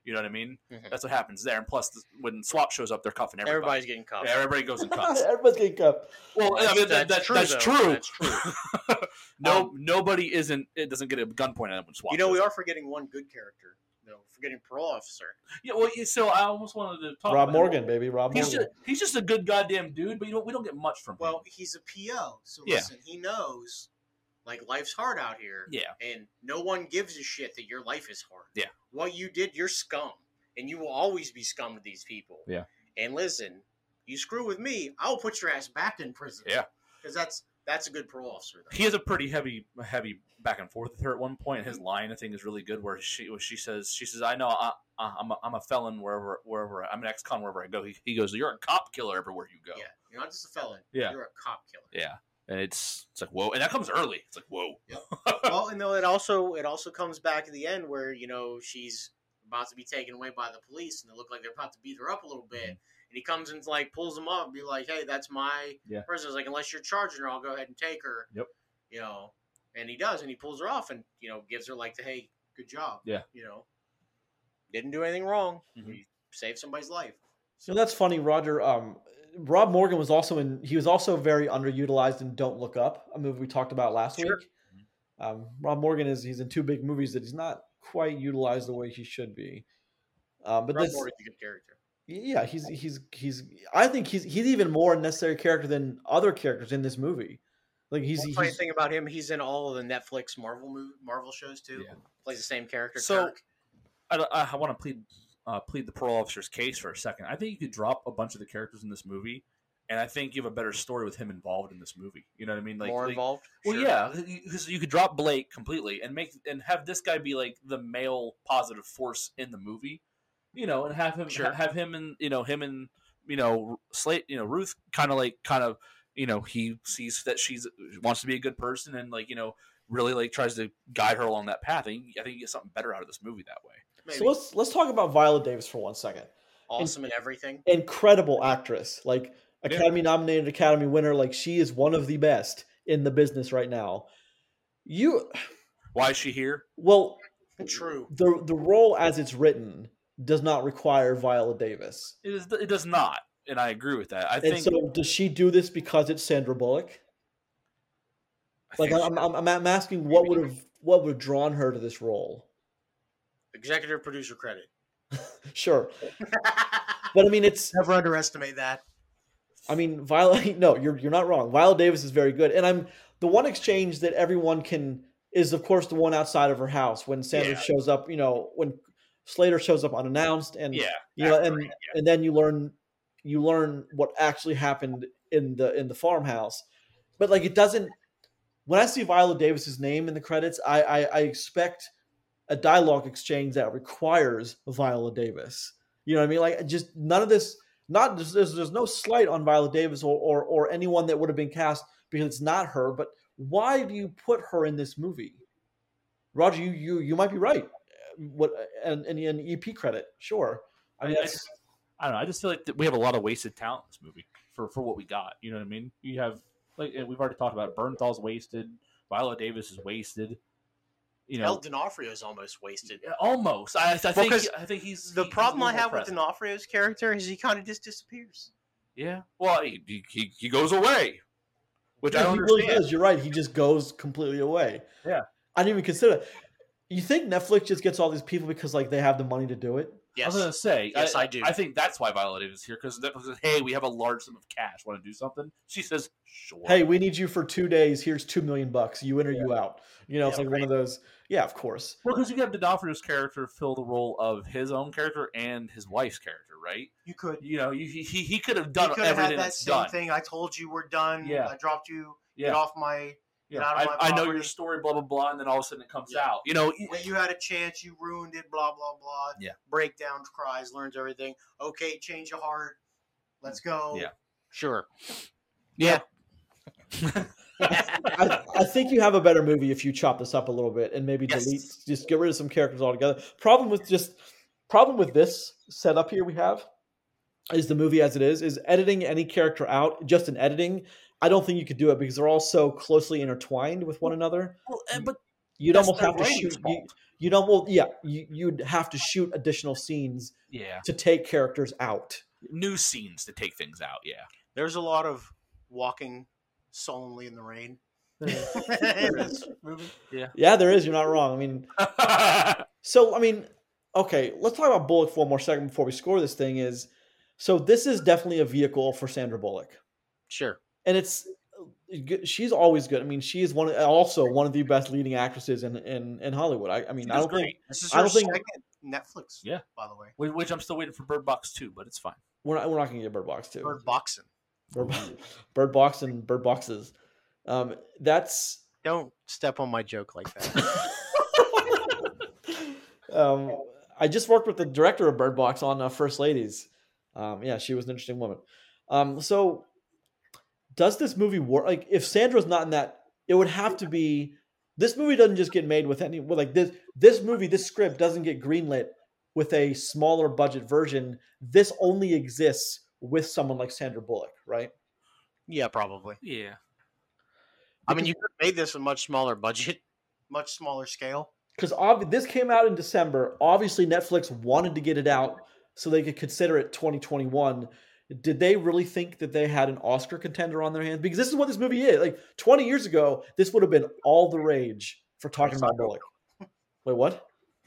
B: You know what I mean?
C: Mhm.
B: That's what happens there. And plus, the, when Swap shows up, they're cuffing everybody.
C: Everybody's getting
B: Yeah,
C: cuffed.
B: everybody goes in cuffs.
A: Everybody's getting cuffed.
B: well, I mean, that, that, that's,
C: though.
B: true.
C: That's true. Um,
B: no, nobody isn't. It doesn't get a gun pointed at them when Swap.
C: you know, we
B: shows
C: are
B: up.
C: forgetting one good character. No, forgetting parole officer.
B: Yeah, well, yeah, so I almost wanted to talk.
A: Rob
B: about
A: Morgan, baby, Rob
B: He's
A: Morgan.
B: just, he's just a good goddamn dude, but you don't, we don't get much from him.
C: Well, he's a PO, so
B: Yeah.
C: listen, he knows like life's hard out here.
B: yeah,
C: and no one gives a shit that your life is hard.
B: Yeah.
C: What you did, you're scum, and you will always be scum to these people.
B: Yeah.
C: And listen, you screw with me, I'll put your ass back in prison.
B: Yeah.
C: Because that's that's a good parole officer. Though.
B: he has a pretty heavy heavy back and forth with her at one point. His line I think is really good where she where she says she says I know I, I I'm a, I'm a felon wherever wherever I'm an ex con wherever I go. He, he goes you're a cop killer everywhere you go.
C: Yeah. You're not just a felon.
B: Yeah.
C: You're a cop killer.
B: Yeah. And it's it's like whoa, and that comes early. It's like whoa.
C: well, and though it also it also comes back at the end where you know she's about to be taken away by the police, and they look like they're about to beat her up a little bit.
B: Mhm.
C: And he comes and like pulls them up, and be like, "Hey, that's my
B: Yeah.
C: person." It's like, "Unless you're charging her, I'll go ahead and take her."
B: Yep.
C: You know, and he does, and he pulls her off, and you know, gives her like the, "Hey, good job."
B: Yeah.
C: You know, didn't do anything wrong.
B: Mhm.
C: You saved somebody's life.
A: You know, that's funny, Roger. Um, Rob Morgan was also in. He was also very underutilized in "Don't Look Up," a movie we talked about last
C: Sure.
A: week. Um, Rob Morgan is he's in two big movies that he's not quite utilized the way he should be. Um, but
C: Rob
A: this,
C: Morgan's a good character.
A: yeah, he's he's he's. I think he's he's even more a necessary character than other characters in this movie. Like he's,
C: One
A: he's
C: funny thing about him, he's in all of the Netflix Marvel mov Marvel shows too.
B: Yeah.
C: Plays the same character.
B: So-
C: Kirk.
B: I, I, want to plead uh, plead the parole officer's case for a second. I think you could drop a bunch of the characters in this movie, and I think you have a better story with him involved in this movie. You know what I mean? Like,
C: more
B: like-
C: involved.
B: well,
C: Sure.
B: yeah, because you could drop Blake completely and make and have this guy be like the male positive force in the movie. You know, and have him
C: Sure.
B: have him and you know him and you know Slate you know Ruth kind of like kind of you know he sees that she's wants to be a good person and like you know really like tries to guide her along that path. I think, I think you get something better out of this movie that way.
C: Maybe.
A: so let's let's talk about Viola Davis for one second.
C: awesome and everything.
A: incredible actress, like
B: Yeah.
A: Academy nominated, Academy winner. Like she is one of the best in the business right now. You
B: Why is she here?
A: well,
C: True.
A: the the role as it's written does not require Viola Davis,
B: It, is, it does not, and I agree with that. I
A: and
B: think
A: so does she do this because it's Sandra Bullock?
B: I
A: Like
B: think
A: I'm,
B: she-
A: I'm, I'm I'm asking what would have what would have drawn her to this role?
C: Executive producer credit.
A: Sure, but I mean it's
D: Never underestimate that.
A: I mean, Viola. No, you're you're not wrong. Viola Davis is very good, and I'm the one exchange that everyone can is, of course, the one outside of her house when Sanders
B: Yeah.
A: shows up. You know, when Slater shows up unannounced, and
B: yeah,
A: you know,
B: after,
A: and
B: yeah.
A: and then you learn you learn what actually happened in the in the farmhouse. But like, it doesn't. When I see Viola Davis's name in the credits, I I, I expect a dialogue exchange that requires Viola Davis. You know what I mean? Like, just none of this not there's, there's, there's no slight on Viola Davis or, or or anyone that would have been cast because it's not her. But why do you put her in this movie, Roger? You you you might be right. What and and an EP credit, sure. I mean,
B: I- I
A: that's,
B: just- I don't know. I just feel like that we have a lot of wasted talent in this movie for for what we got. You know what I mean? You have like and we've already talked about. It. Bernthal's wasted. Viola Davis is wasted. You
C: El
B: know,
C: D'Onofrio's almost wasted.
B: Yeah, almost. I, I think
C: 'cause
B: I think he's
D: The
B: he- he's
D: problem
B: a
D: I
B: little
D: have
B: more
D: with
B: present.
D: D'Onofrio's character is he kind of just disappears.
B: yeah. Well, he, he- he he goes away, which I
A: yeah,
B: don't
A: he really
B: understand.
A: does. You're right. He just goes completely away.
B: Yeah.
A: I didn't even consider. it. You think Netflix just gets all these people because like they have the money to do it?
B: I
C: Yes.
B: was gonna say,
C: Yes, I do.
B: I think that's why Viola Davis is here because Netflix says, "Hey, we have a large sum of cash. Want to do something?" She says, "Sure."
A: Hey, we need you for two days. Here's two million bucks. You in or you out. You know, it's
C: Yeah,
A: like one of those. Yeah, of course.
B: Well, because you have D'Onofrio's character fill the role of his own character and his wife's character, right?
D: You could.
B: You know, you, he he- he could have
D: You
B: done
D: could have
B: everything
D: had that
B: that's
D: same
B: done.
D: thing. I told you we're done.
B: Yeah.
D: I dropped you. Get
B: Yeah,
D: off my.
B: yeah.
D: out of
B: I,
D: my
B: I know your
D: property.
B: story, blah blah blah, and then all of a sudden it comes
C: Yeah.
B: out. You know,
D: When you had a chance, you ruined it. Blah blah blah.
B: Yeah.
D: Breakdown, cries, learns everything. Okay, change of heart. Let's go.
B: Yeah.
C: sure.
B: Yeah.
A: I, I think you have a better movie if you chop this up a little bit and maybe
B: Yes.
A: delete, just get rid of some characters altogether. Problem with just problem with this setup here we have is the movie as it is is editing any character out just in editing. I don't think you could do it because they're all so closely intertwined with one another.
B: well, and, but
A: You'd
B: That's
A: almost
B: their
A: have to
B: writing's
A: shoot. You, you know, well, yeah, you, you'd have to shoot additional scenes
B: yeah,
A: to take characters out.
B: new scenes to take things out. Yeah,
D: There's a lot of walking solemnly in the rain. In this movie.
A: Yeah, there is. You're not wrong. I mean, So I mean, okay, let's talk about Bullock for one more second before we score this thing. Is so this is definitely a vehicle for Sandra Bullock,
C: Sure.
A: and it's she's always good. I mean, she is one of, also one of the best leading actresses in in, in Hollywood. I, I mean,
B: She
A: I
B: does
A: don't think
B: great.
D: This is
A: I
D: her
A: don't think-
D: second Netflix.
B: Yeah.
D: By the way,
B: Whi- which I'm still waiting for Bird Box too, but it's fine.
A: we're not we're not going to get Bird Box too.
D: bird boxing.
A: Bird, Bo- Bird Box and Bird Boxes. Um, that's
D: Don't step on my joke like that.
A: um, I just worked with the director of Bird Box on uh, First Ladies. Um, yeah, she was an interesting woman. Um, so, does this movie work? Like, if Sandra's not in that, it would have to be. This movie doesn't just get made with any. Well, like this, this movie, this script doesn't get greenlit with a smaller budget version. This only exists with someone like Sandra Bullock, right?
D: yeah, probably.
B: Yeah,
C: I mean, you could have made this a much smaller budget.
D: Much smaller scale.
A: because ob- this came out in December. Obviously, Netflix wanted to get it out so they could consider it 2021. Did they really think that they had an Oscar contender on their hands? Because this is what this movie is. Like 20 years ago, this would have been all the rage. for talking
C: Christ,
A: about
C: I hope
A: Bullock. Wait, what?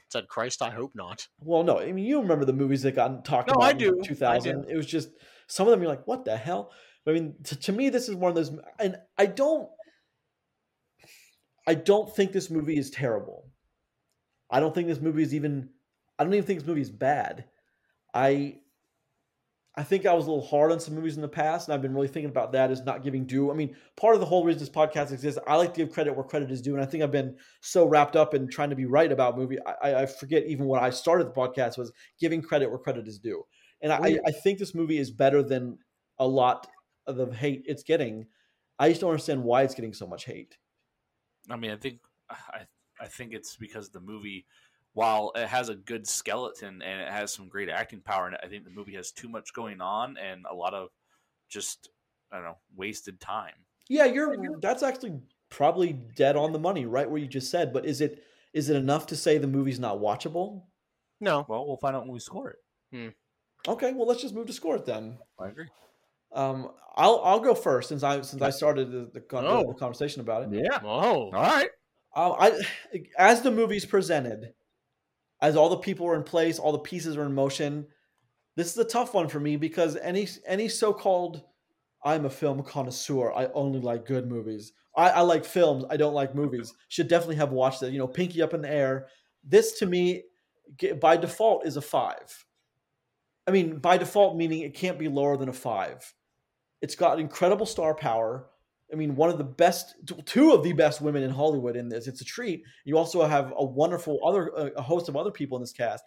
C: Said Christ, I hope not.
A: Well, no, I mean you remember the movies that got talked
C: No,
A: about
C: I
A: in
C: do. I do.
A: 2000. It was just some of them you're like, what the hell? I mean, to, to me, this is one of those, and I don't, I don't think this movie is terrible. I don't think this movie is even, I don't even think this movie is bad. I, I think I was a little hard on some movies in the past, and I've been really thinking about that is not giving due. I mean, part of the whole reason this podcast exists, I like to give credit where credit is due, and I think I've been so wrapped up in trying to be right about movie, I, I- I forget even when I started the podcast was giving credit where credit is due. And I, I think this movie is better than a lot of the hate it's getting. I just don't understand why it's getting so much hate.
B: I mean, I think I, I think it's because the movie, while it has a good skeleton and it has some great acting power in it, I think the movie has too much going on and a lot of just I don't know wasted time.
A: Yeah, you're that's actually probably dead on the money, right where you just said. But is it is it enough to say the movie's not watchable?
C: No.
B: Well, we'll find out when we score it.
A: Okay, well let's just move to score it then.
B: I agree.
A: Um, I'll I'll go first since I since I started the, the, con-
C: Oh.
A: the conversation about it.
B: Yeah.
C: Oh.
B: All right.
A: Um, I, as the movie's presented, as all the people are in place, all the pieces are in motion. This is a tough one for me because any any so-called "I'm a film connoisseur. I only like good movies. I, I like films. I don't like movies." Should definitely have watched it. You know, Pinky Up in the Air. This to me, ge- by default, is a five. I mean, by default, meaning it can't be lower than a five. It's got incredible star power. I mean, one of the best, two of the best women in Hollywood in this. It's a treat. You also have a wonderful other, uh, a- a host of other people in this cast.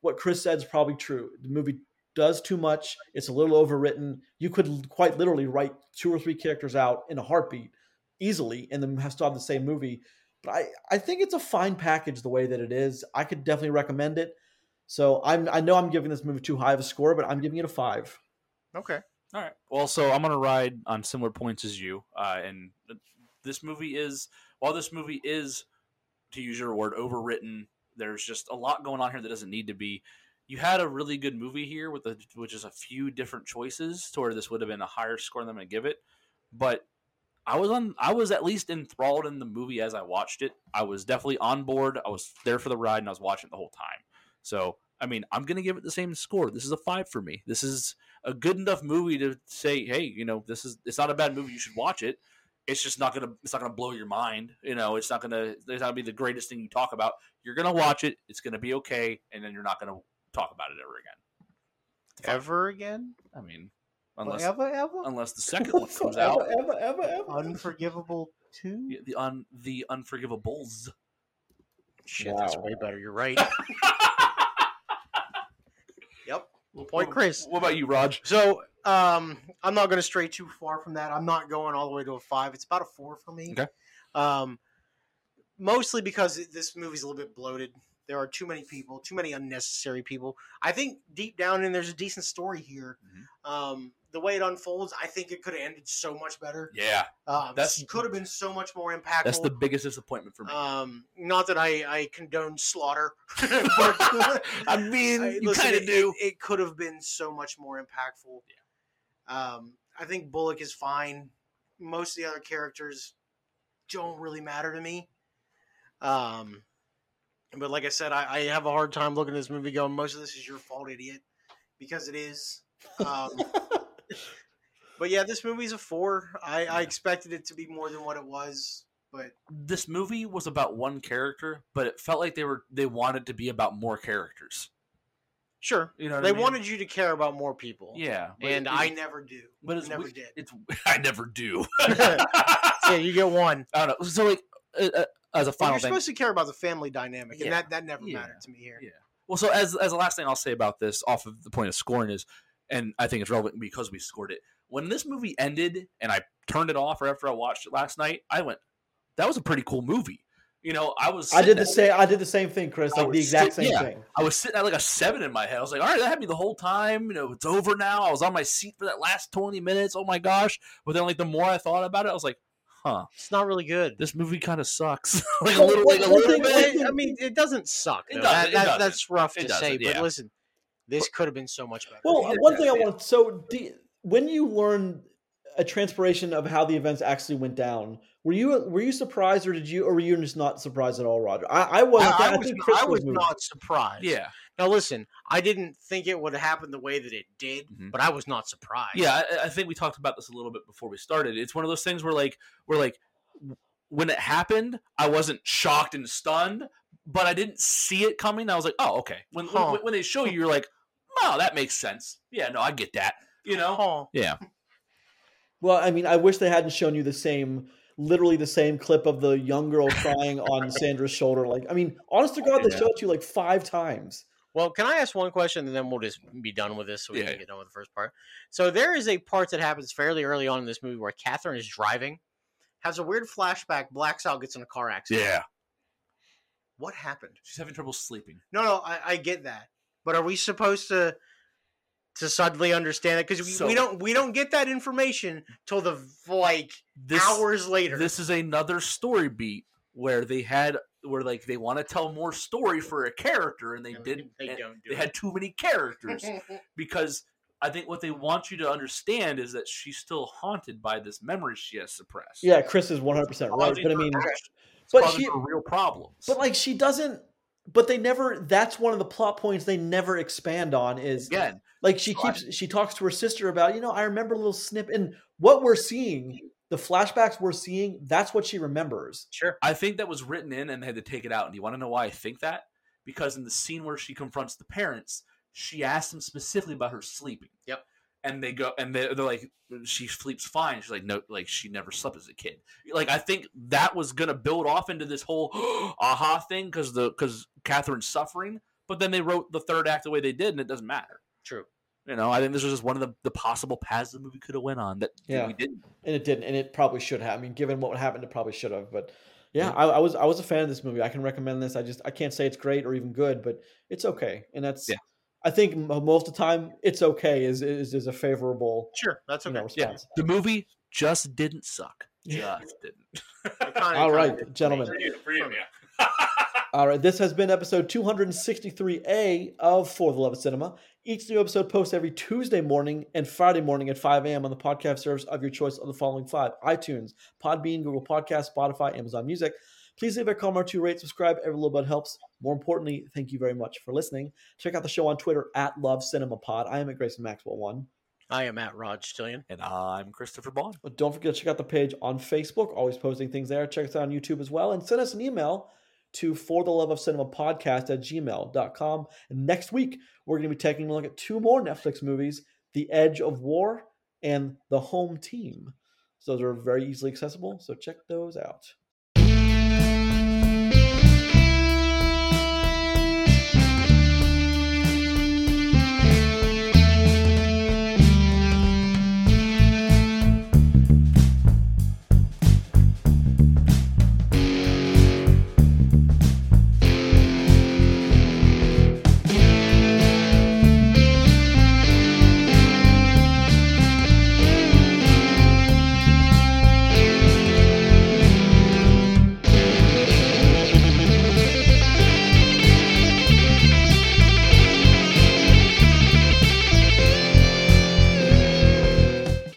A: What Chris said is probably true. The movie does too much. It's a little overwritten. You could l- quite literally write two or three characters out in a heartbeat easily and then have still have the same movie. But I, I think it's a fine package the way that it is. I could definitely recommend it. So I'm, I know I'm giving this movie too high of a score, but I'm giving it a five.
C: Okay.
B: All right. Well, so I'm gonna ride on similar points as you, uh, and th- this movie is while this movie is, to use your word, overwritten. There's just a lot going on here that doesn't need to be. You had a really good movie here with a, with just a few different choices to where this would have been a higher score than I'm gonna give it, but I was on. I was at least enthralled in the movie as I watched it. I was definitely on board. I was there for the ride, and I was watching it the whole time. So, I mean, I'm gonna give it the same score. This is a five for me. This is a good enough movie to say, hey, you know, this is it's not a bad movie. You should watch it. It's just not gonna it's not gonna blow your mind. You know, it's not gonna it's not gonna be the greatest thing you talk about. You're gonna watch it. It's gonna be okay, and then you're not gonna talk about it ever again.
C: Ever again?
B: I mean, unless
C: ever, ever?
B: unless the second one comes out,
A: Ever, ever, ever, ever.
D: Unforgivable two.
B: the un the unforgivables.
C: Shit, that's
A: Wow.
C: way better. You're right.
D: Yep.
C: Point, Chris.
B: What about you, Raj?
C: So, um,
D: I'm not going to stray too far from that. I'm not going all the way to a five. It's about a four for me.
B: Okay.
D: Um, mostly because it- this movie's a little bit bloated. There are too many people, too many unnecessary people. I think deep down in there's a decent story here.
B: Mm-hmm.
D: Um, the way it unfolds, I think it could have ended so much better.
B: Yeah,
D: Um,
B: That's-
D: could have been so much more impactful.
B: that's the biggest disappointment for me.
D: um, not that I, I condone slaughter, but
B: I mean,
D: I-
B: you
D: listen,
B: kind of
D: it-
B: do.
D: It, it could have been so much more impactful. Um, I think Bullock is fine. Most of the other characters don't really matter to me. Um, but like I said, I, I have a hard time looking at this movie going, most of this is your fault, idiot, because it is. Um, but yeah, this movie's a four. I, I expected it to be more than what it was, but
B: this movie was about one character, but it felt like they were they wanted to be about more characters.
C: sure.
B: You know, what I
C: They
B: mean?
C: wanted you to care about more people.
B: yeah, but
C: And
B: it-
D: I
B: it-
D: never do.
B: but it's
D: never
B: weird.
D: did.
B: It's I never do.
C: yeah,
B: I
C: you get one.
B: don't know. So like uh, uh, as a
D: Well,
B: final
D: you're
B: thing,
D: supposed to care about the family dynamic,
B: Yeah.
D: and that, that never
B: Yeah.
D: mattered to me here.
B: Yeah. Well, so as as the last thing I'll say about this, off of the point of scoring is, and I think it's relevant because we scored it. When this movie ended, and I turned it off, or after I watched it last night, I went, "That was a pretty cool movie." You know, I was
A: I did
B: sitting
A: the
B: at-
A: same. I did the same thing, Chris.
B: I
C: Oh,
A: Like the
B: was
A: exact
B: sit-
A: same
B: yeah.
A: thing.
B: I was sitting at like a seven in my head. I was like, "All right, that had me the whole time." You know, it's over now. I was on my seat for that last twenty minutes. Oh my gosh! But then, like, the more I thought about it, I was like, "Huh,
C: It's not really good.
B: this movie kind of sucks." like a
A: Well,
B: little,
A: what-
B: like a
A: one
B: little
A: thing-
B: bit.
A: one thing-
C: I mean, it doesn't suck.
B: It
C: though.
B: doesn't,
C: That-
B: it
C: that-
B: doesn't.
C: That's rough
B: It
C: to say,
B: doesn't,
C: but
B: yeah.
C: listen, this could have been so much better.
A: Well,
B: Yeah,
A: one thing I
B: yeah.
A: want. So do, when you learn a transpiration of how the events actually went down. Were you were you surprised, or did you, or were you just not surprised at all, Roger? I, I wasn't.
C: I, I
A: think
C: was,
A: Chris
C: I was
A: moved.
C: not surprised.
B: Yeah,
C: Now listen, I didn't think it would happen the way that it did,
B: Mhm.
C: but I was not surprised.
B: yeah. I, I think we talked about this a little bit before we started. It's one of those things where like where like w- when it happened, I wasn't shocked and stunned, but I didn't see it coming. I was like, oh okay. When when-
C: Huh.
B: when, when they show you, you're like, oh, that makes sense. Yeah, no, I get that. You know.
C: Oh,
B: Yeah.
A: Well, I mean, I wish they hadn't shown you the same, literally the same clip of the young girl crying on Sandra's shoulder. Like, I mean, honest to God, they
B: Yeah.
A: showed it to you like five times.
C: Well, can I ask one question and then we'll just be done with this so we
B: Yeah.
C: can get done with the first part? So there is a part that happens fairly early on in this movie where Catherine is driving, has a weird flashback, blacks out, gets in a car accident.
B: Yeah.
C: What happened?
B: She's having trouble sleeping.
C: No, no, I, I get that. But are we supposed to to suddenly understand that? Because we,
B: So-
C: we don't we don't get that information till the like
B: This
C: hours later.
B: This is another story beat where they had where like they want to tell more story for a character and they
C: And
B: didn't.
C: They
B: and
C: don't do
B: they had too many characters
C: it.
B: because I think what they want you to understand is that she's still haunted by this memory she has suppressed.
A: Yeah, Chris is one hundred percent right,
B: Causing
A: but I
B: her
A: mean,
B: act- it's
A: but
B: causing
A: she-
B: her real problems.
A: but like she doesn't. But they never. That's one of the plot points they never expand on. Is
B: again,
A: like she
B: so I-
A: keeps she talks to her sister about you know I remember a little snip and what we're seeing, the flashbacks we're seeing. That's what she remembers.
C: sure.
B: I think that was written in and they had to take it out. And you want to know why I think that? Because in the scene where she confronts the parents, she asks them specifically about her sleeping.
C: Yep.
B: And they go and they're, they're like, she sleeps fine. She's like, no, like she never slept as a kid. Like I think that was gonna build off into this whole aha thing because the because Catherine's suffering. But then they wrote the third act the way they did, and it doesn't matter.
C: True.
B: You know, I think this was just one of the, the possible paths the movie could have went on that
A: Yeah.
B: we didn't.
A: and it didn't, and it probably should have. I mean, given what happened, it probably should have. But yeah, I, I was I was a fan of this movie. I can recommend this. I just I can't say it's great or even good, but it's okay. And that's
B: Yeah.
A: I think m- most of the time it's okay is is, is a favorable
C: Sure. That's
A: you
C: okay.
A: know, response.
B: The movie just didn't suck.
A: Yeah.
B: Just didn't.
C: It kinda-
A: All
C: kinda
A: right,
C: did.
A: gentlemen.
B: For you, for you, yeah.
A: All right, this has been episode 263A of For the Love of Cinema. Each new episode posts every Tuesday morning and Friday morning at 5 a.m. on the podcast service of your choice of the following five iTunes, Podbean, Google Podcasts, Spotify, Amazon Music. Please leave a comment or two, rate, subscribe. Every little bit helps. More importantly, thank you very much for listening. Check out the show on Twitter at Love Cinema Pod. I am at Grayson Maxwell One.
C: I am at Rod Stillian.
B: And I'm Christopher Bond.
A: But don't forget to check out the page on Facebook, always posting things there. Check us out on YouTube as well. And send us an email to for the love of cinema podcast at gmail.com. And next week, we're going to be taking a look at two more Netflix movies The Edge of War and The Home Team. So those are very easily accessible. So check those out.